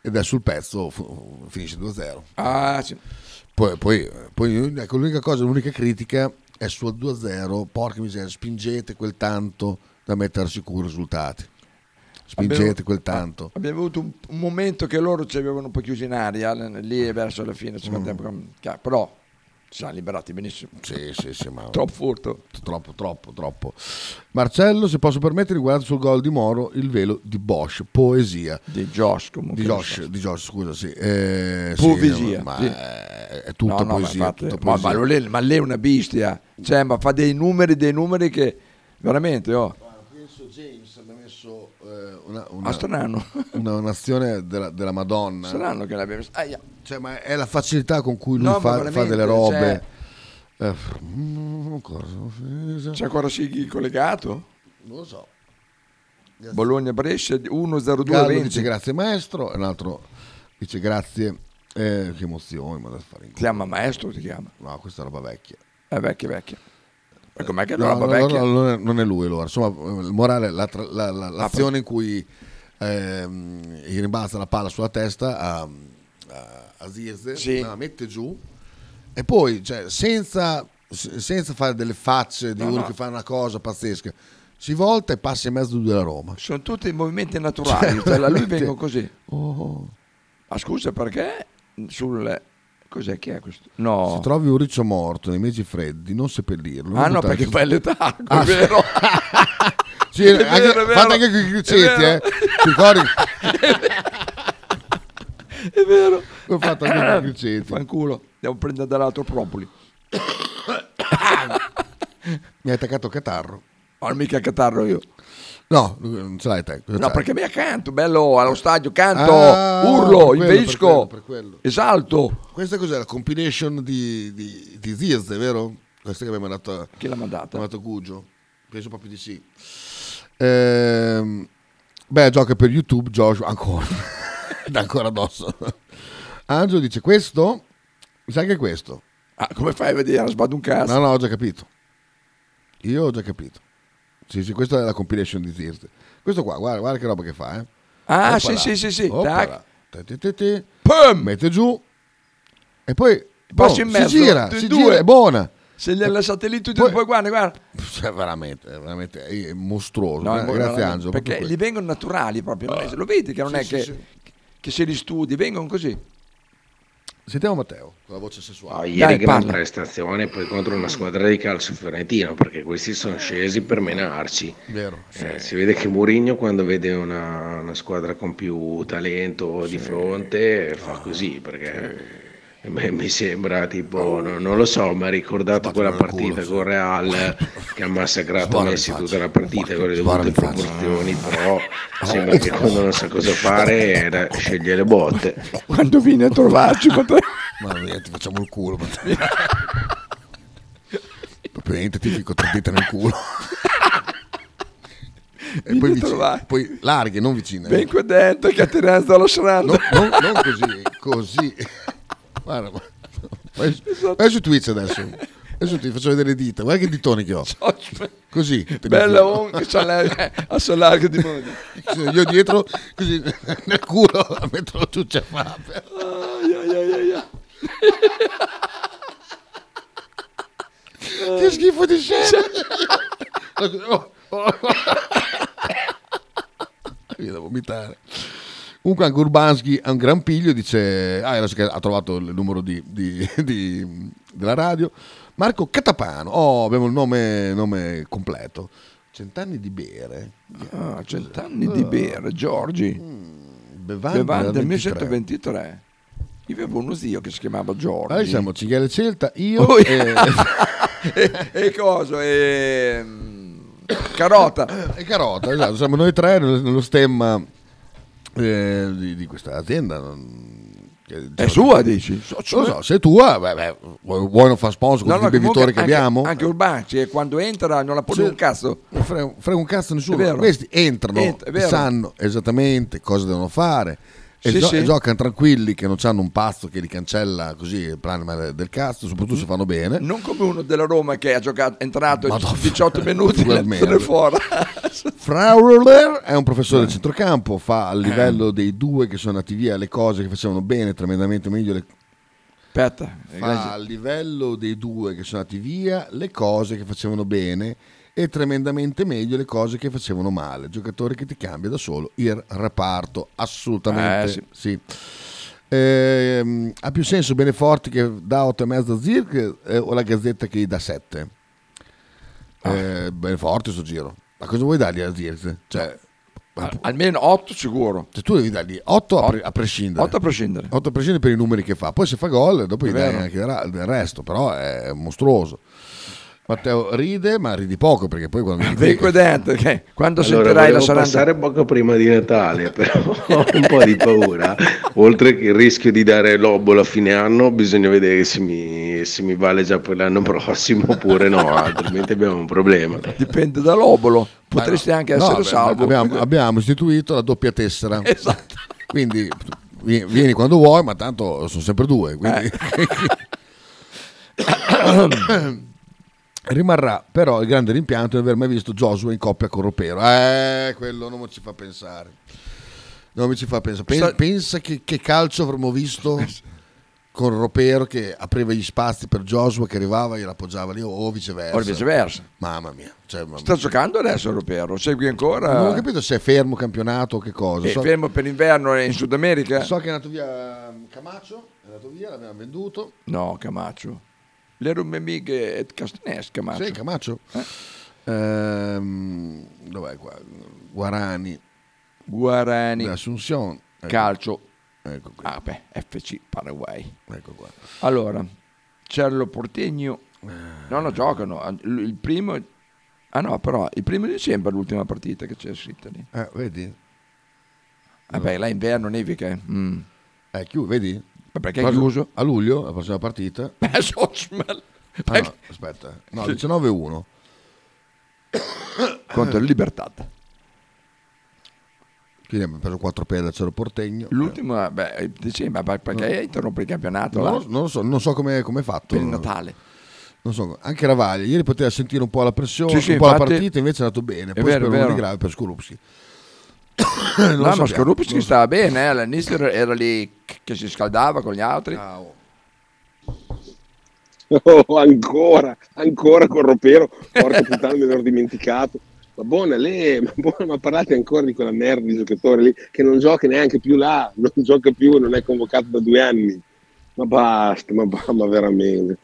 ed è sul pezzo, fu- finisce 2-0. Ah, sì. Poi, poi- poi, ecco, l'unica cosa, l'unica critica è sul 2-0, porca miseria, spingete quel tanto da mettere a sicuro i risultati. Spingete Abbiamo- quel tanto. Abbiamo avuto un, un momento che loro ci avevano un po' chiusi in aria l- lì verso la fine, secondo tempo, che- però ci siamo liberati benissimo. Sì, sì, sì, ma Troppo furto. troppo, troppo, troppo. Marcello, se posso permettere, guarda sul gol di Moro il velo di Bosch, poesia. Di Josh comunque. Di Josh, di Josh, scusa, sì. Eh, sì, Poesia, ma sì. è, è tutta No, no, poesia. ma, infatti- tutta ma- poesia. ma lei, ma lei è una bestia, cioè, ma fa dei numeri, dei numeri che veramente, oh, Penso James abbia messo eh, una, ma strano, <laughs> una- un'azione della, della Madonna. <laughs> strano che l'abbiamo... Aia. Cioè, ma è la facilità con cui lui No, fa, ma fa veramente, cioè, delle robe. Eh, C'è ancora Sighi collegato? non lo so. Bologna-Brescia Gallo dice 1-0-2-20. grazie maestro, e un altro dice grazie. Eh, che emozione, ma da fare in Ti chiama maestro, ti chiama. No, questa è roba vecchia. È vecchia, vecchia. Ma com'è che è No, una roba no, vecchia? Ah, no, non, è, non è lui allora. Insomma, eh, il morale, la tra- la- la- l'azione in cui ehm, gli rimbalza la palla sulla testa a, Aziz Sì. la mette giù E poi, cioè, senza, senza fare delle facce di di uno uno che che fa una cosa pazzesca. Si volta e passa in mezzo della Roma. Sono tutti movimenti naturali, cioè, da lui veramente. vengo così. Oh. Ma scusa, perché sul... Cos'è che è questo? No. Se trovi un riccio morto nei mesi freddi, non seppellirlo. Ah non no, buttarci- perché fai il letargo, Ah, è sì. vero? <laughs> Sì, <laughs> È anche- vero, è vero. fate anche con i È criceti, vero. eh. Ti <laughs> ricordi? <laughs> È vero. L'ho fatto anche con i Eh, criceti. Fanculo, devo prendere dall'altro propoli. Mi hai attaccato catarro. Ma mica catarro io. No, non ce l'hai te. cosa No, c'hai? perché mi accanto, bello, allo stadio, canto, certo. Ah, per quello, per urlo, quello, inveisco, per quello. esalto. Questa cos'è? La compilation di, di, di Zirze, vero? Questa che abbiamo mandato. Chi l'ha mandata? mandato Gugio. Penso proprio di <laughs> sì. Ehm, beh, gioca per YouTube, Joshua, ancora. Dà ancora addosso. Angelo dice questo, mi sa che è questo. Ah, come fai a vedere? Sbado un cazzo. No, no, ho già capito. Io ho già capito. Sì, sì, questa è la compilation di Zirze. Questo qua, guarda, guarda che roba che fa, eh. Ah, Oppala. sì, sì, sì, sì, Oppala. tac. Ti, ti, ti, ti. Mette giù. E poi boh, Passo in si mezzo, gira, tutti si e due. gira, è buona. Se li hai lasciati lì tutti, poi, poi guarda, guarda. Cioè, veramente, è veramente è mostruoso. No, Gra- è buono, Grazie veramente, Angelo. Perché proprio Ah, li vengono naturali proprio, non è- lo vedi che non Sì, è sì, che, sì. che se li studi, vengono così. Sentiamo Matteo con la voce sessuale. Ieri gran parla. prestazione poi contro una squadra di calcio fiorentina perché questi sono scesi per menarci. Vero. Eh, si vede che Mourinho quando vede una, una squadra con più talento di fronte eh, fa così perché eh, me- mi sembra tipo no- non lo so mi ha ricordato quella partita con Real che ha massacrato Messi tutta la partita con le dovute proporzioni però sembra che quando non sa cosa fare eh, da- sceglie le botte Quando vieni a trovarci, <laughs> <laughs> Mamma mia, ti facciamo il culo. Matteo. proprio niente, ti fico tre dita nel culo. e poi, a vicine- trovare. poi larghe, non vicine. Ven qua dentro che ti resto allo sranno. No, no, non così, così. Guarda, ma- vai, su- vai su Twitch adesso. Adesso ti faccio vedere le dita, guarda che ditoni che ho. Così. te li Bella infilo. on che c'ha la- a solarco di mondo. Sì, Io dietro, così nel culo, metto la ciuccia fa. Ai, ai, ai, ai, ai. Che schifo di scena. Cioè. <laughs> Oh, oh. <laughs> Viene da vomitare. Comunque anche Urbanski ha un gran piglio, dice, ah, adesso che ha trovato il numero di, di- di- della radio. Marco Catapano, oh, abbiamo il nome, nome completo. Cent'anni di bere. Ah, cent'anni di bere, Giorgi. Mm, Bevande, Bevande del 1923. 1923. Io avevo uno zio che si chiamava Giorgi. Allora siamo Cinghiale Celta, io <laughs> Oh, e... e, e cosa? E, mm, carota. E Carota, esatto, siamo noi tre nel- nello stemma eh, di, di questa azienda. non- che- diciamo- sua, dici? So- so- Non lo so, se è tua, beh, beh, vuoi, vuoi non far sponsor con No, no, tutti i bevitori comunque che anche- abbiamo? Anche Urbanci, e quando entra non la pone Sì. un cazzo. Non frega, frega un cazzo a È nessuno. vero. Questi entrano, Entra- è vero. sanno esattamente cosa devono fare e, Sì, gio- sì. e giocano tranquilli che non hanno un pazzo che li cancella così, il plan del cazzo, soprattutto Mm. se fanno bene. Non come uno della Roma che ha giocato, è entrato 18 minuti e è fuori. Frauler è un professore del centrocampo, fa a Eh. livello dei due che sono andati via le cose che facevano bene, tremendamente meglio. Le... Aspetta, Fa a livello dei due che sono andati via le cose che facevano bene e tremendamente meglio le cose che facevano male. Giocatore che ti cambia da solo il reparto, assolutamente Eh, sì. sì. Ehm, ha più senso Beneforti che dà 8,5 a Zirk eh, o la Gazzetta che gli dà 7? Ah. Eh, Beneforti sto giro. Ma cosa vuoi dargli a Zirk? Cioè, Al- almeno 8 sicuro. Cioè, tu devi dargli 8 a, pre- a prescindere. 8 a prescindere. 8 a prescindere per i numeri che fa. Poi se fa gol, dopo È gli dai vero. anche il ra- del resto, però è mostruoso. Matteo ride, ma ridi poco perché poi <laughs> quando vieni qui- Vengo dentro, che quando Allora, sentirai la volevo saranda. passare poco prima di Natale, <laughs> però ho un po' di paura. Oltre che il rischio di dare l'obolo a fine anno, bisogna vedere se mi, se mi vale già per l'anno prossimo oppure no, altrimenti abbiamo un problema. Dipende dall'obolo, potresti anche No, essere beh, salvo. Abbiamo, abbiamo istituito la doppia tessera. Esatto. Quindi vi- vieni quando vuoi, ma tanto sono sempre due. Quindi... Eh. <coughs> Rimarrà però il grande eh. rimpianto di non aver mai visto Joshua in coppia con Ropero. Eh, quello non ci fa pensare. No, mi ci fa pensare. Pen- Sta- Pensa che, che calcio avremmo visto con Ropero che apriva gli spazi per Joshua che arrivava e l'appoggiava lì o viceversa. O viceversa. Mamma mia. Cioè, mamma Sta mia. giocando adesso Ropero, segui ancora. Non ho capito se è fermo campionato o che cosa. È So- Eh, fermo per l'inverno in Sud America? So che è andato via ehm, Camacho, è andato via, l'abbiamo venduto. No, Camaccio. L'ero un amico e Eh? Castanese, Camaccio. Sì, Camacho. Ehm, dov'è qua? Guarani. Guarani. Assunzione. Calcio. Ah, beh, FC Paraguay. Ecco qua. Allora, Cerlo Portegno. Ah. No, no, giocano. Il primo... Ah no, però il primo dicembre è l'ultima partita che c'è scritta lì. Eh, vedi? Vabbè, là inverno nevica. eh. Mm. È chiuso, vedi? Ma perché è Cosa- chiuso? Eh, A luglio, la prossima <laughs> partita. Ah, no, aspetta. No, 19-1. Contro il Libertad. Quindi abbiamo preso 4 per da Cerro Portegno. L'ultima, eh, beh, dicembre, ma perché interrompe il campionato? Non là? lo, non lo so, non so come come è fatto. Per il Natale. Non so, anche Ravaglia, ieri poteva sentire un po' la pressione, Sì, sì, un po' infatti- la partita, invece è andato bene. È Poi vero, è spero uno vero. di grave per <coughs> Skorupski. no, ma Scorupis che stava bene, eh, all'inizio era- era lì che si scaldava con gli altri. Ah, Oh, ancora, ancora con Ropero, porca puttana me l'ero dimenticato. Ma buona, lei, ma, buona, ma parlate ancora di quella merda di giocatore lì che non gioca neanche più là, non gioca più, non è convocato da due anni. Ma basta, ma, ba- ma veramente.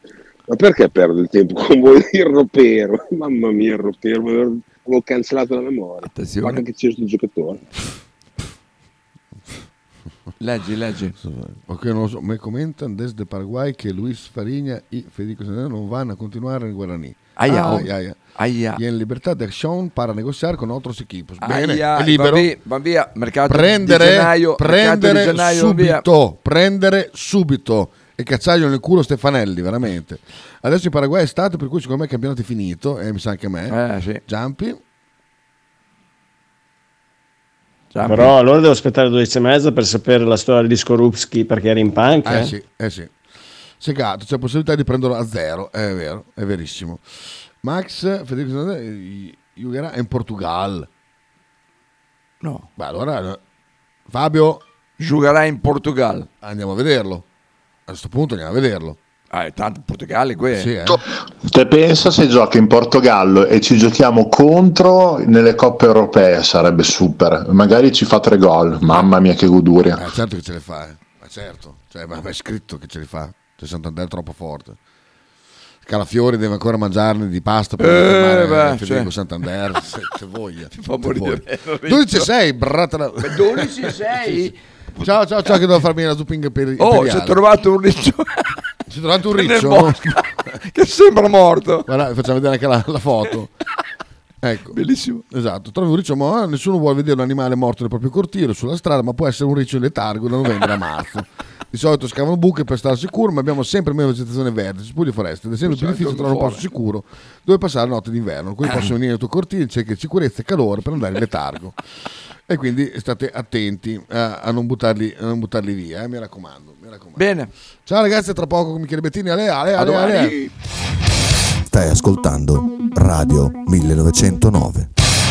Ma perché perdo il tempo con voi il Ropero? Mamma mia, il Ropero, me l'ero- avevo cancellato la memoria. Attenzione. Guarda che c'è questo giocatore. Leggi, leggi. Ok, non lo so, mi commentano desde Paraguay che Luis Farigna e Federico Santana non vanno a continuare nel Guarani. Ah, Aia, oh. aia. Aia. E in libertà de Sean para negociare con altri equipos. Bene, Aia, è libero. Va via, va via, mercato prendere, di gennaio, prendere mercato di gennaio subito, prendere subito e cacciaglio nel culo Stefanelli, veramente. Adesso in Paraguay è stato, per cui secondo me il campionato è finito, e mi sa anche a me. Eh, sì. Giampi, Però allora devo aspettare 12 e mezza per sapere la storia di Skorupski perché era in panca. eh, sì, eh sì. Segato, c'è possibilità di prenderlo a zero, è vero, è verissimo. Max, Federico Santana, eh, giocherà in Portugal. No. Beh, allora, eh, Fabio... Giocherà in Portugal. Andiamo a vederlo. A questo punto andiamo a vederlo. Ah, è tanto Portogalli qui. Sì, eh. Te pensa se giochi in Portogallo e ci giochiamo contro nelle coppe europee, sarebbe super. Magari ci fa tre gol, mamma mia che goduria. Eh, certo che ce le fa, eh. ma certo, cioè, ma ma è scritto che ce le fa. Cioè, Santander è troppo forte. Calafiori deve ancora mangiarne di pasta per Eh, fermare beh, Federico cioè. Santander. Se te voglia, Ti fa te morire, voglia. Lorenzo. 12 6, bratala. <laughs> 12 6. Ciao, ciao, ciao, che devo farmi la zupping per Oh, ci ho trovato un riccio. Ci ho trovato un <laughs> Nel riccio? bosco. che sembra morto. Guarda, facciamo vedere anche la, la <laughs> foto. Ecco. Bellissimo. Esatto, trovi un riccio, ma nessuno vuole vedere un animale morto nel proprio cortile sulla strada, ma può essere un riccio in letargo da novembre a <laughs> marzo. Di solito scavano buche per stare sicuro, ma abbiamo sempre meno vegetazione verde, cespugli e foreste, ed è sempre più Certo, difficile trovare un fuori. posto sicuro dove passare la notte d'inverno. <laughs> Qui possono venire nel tuo cortile in cerca di sicurezza e calore per andare in <laughs> letargo. e quindi state attenti a, a non, buttarli, a non buttarli via, eh, mi raccomando. mi raccomando. Bene. Ciao ragazzi, a tra poco con Michele Bettini, ale, ale, A ale, ale. domani. Stai ascoltando Radio 1909.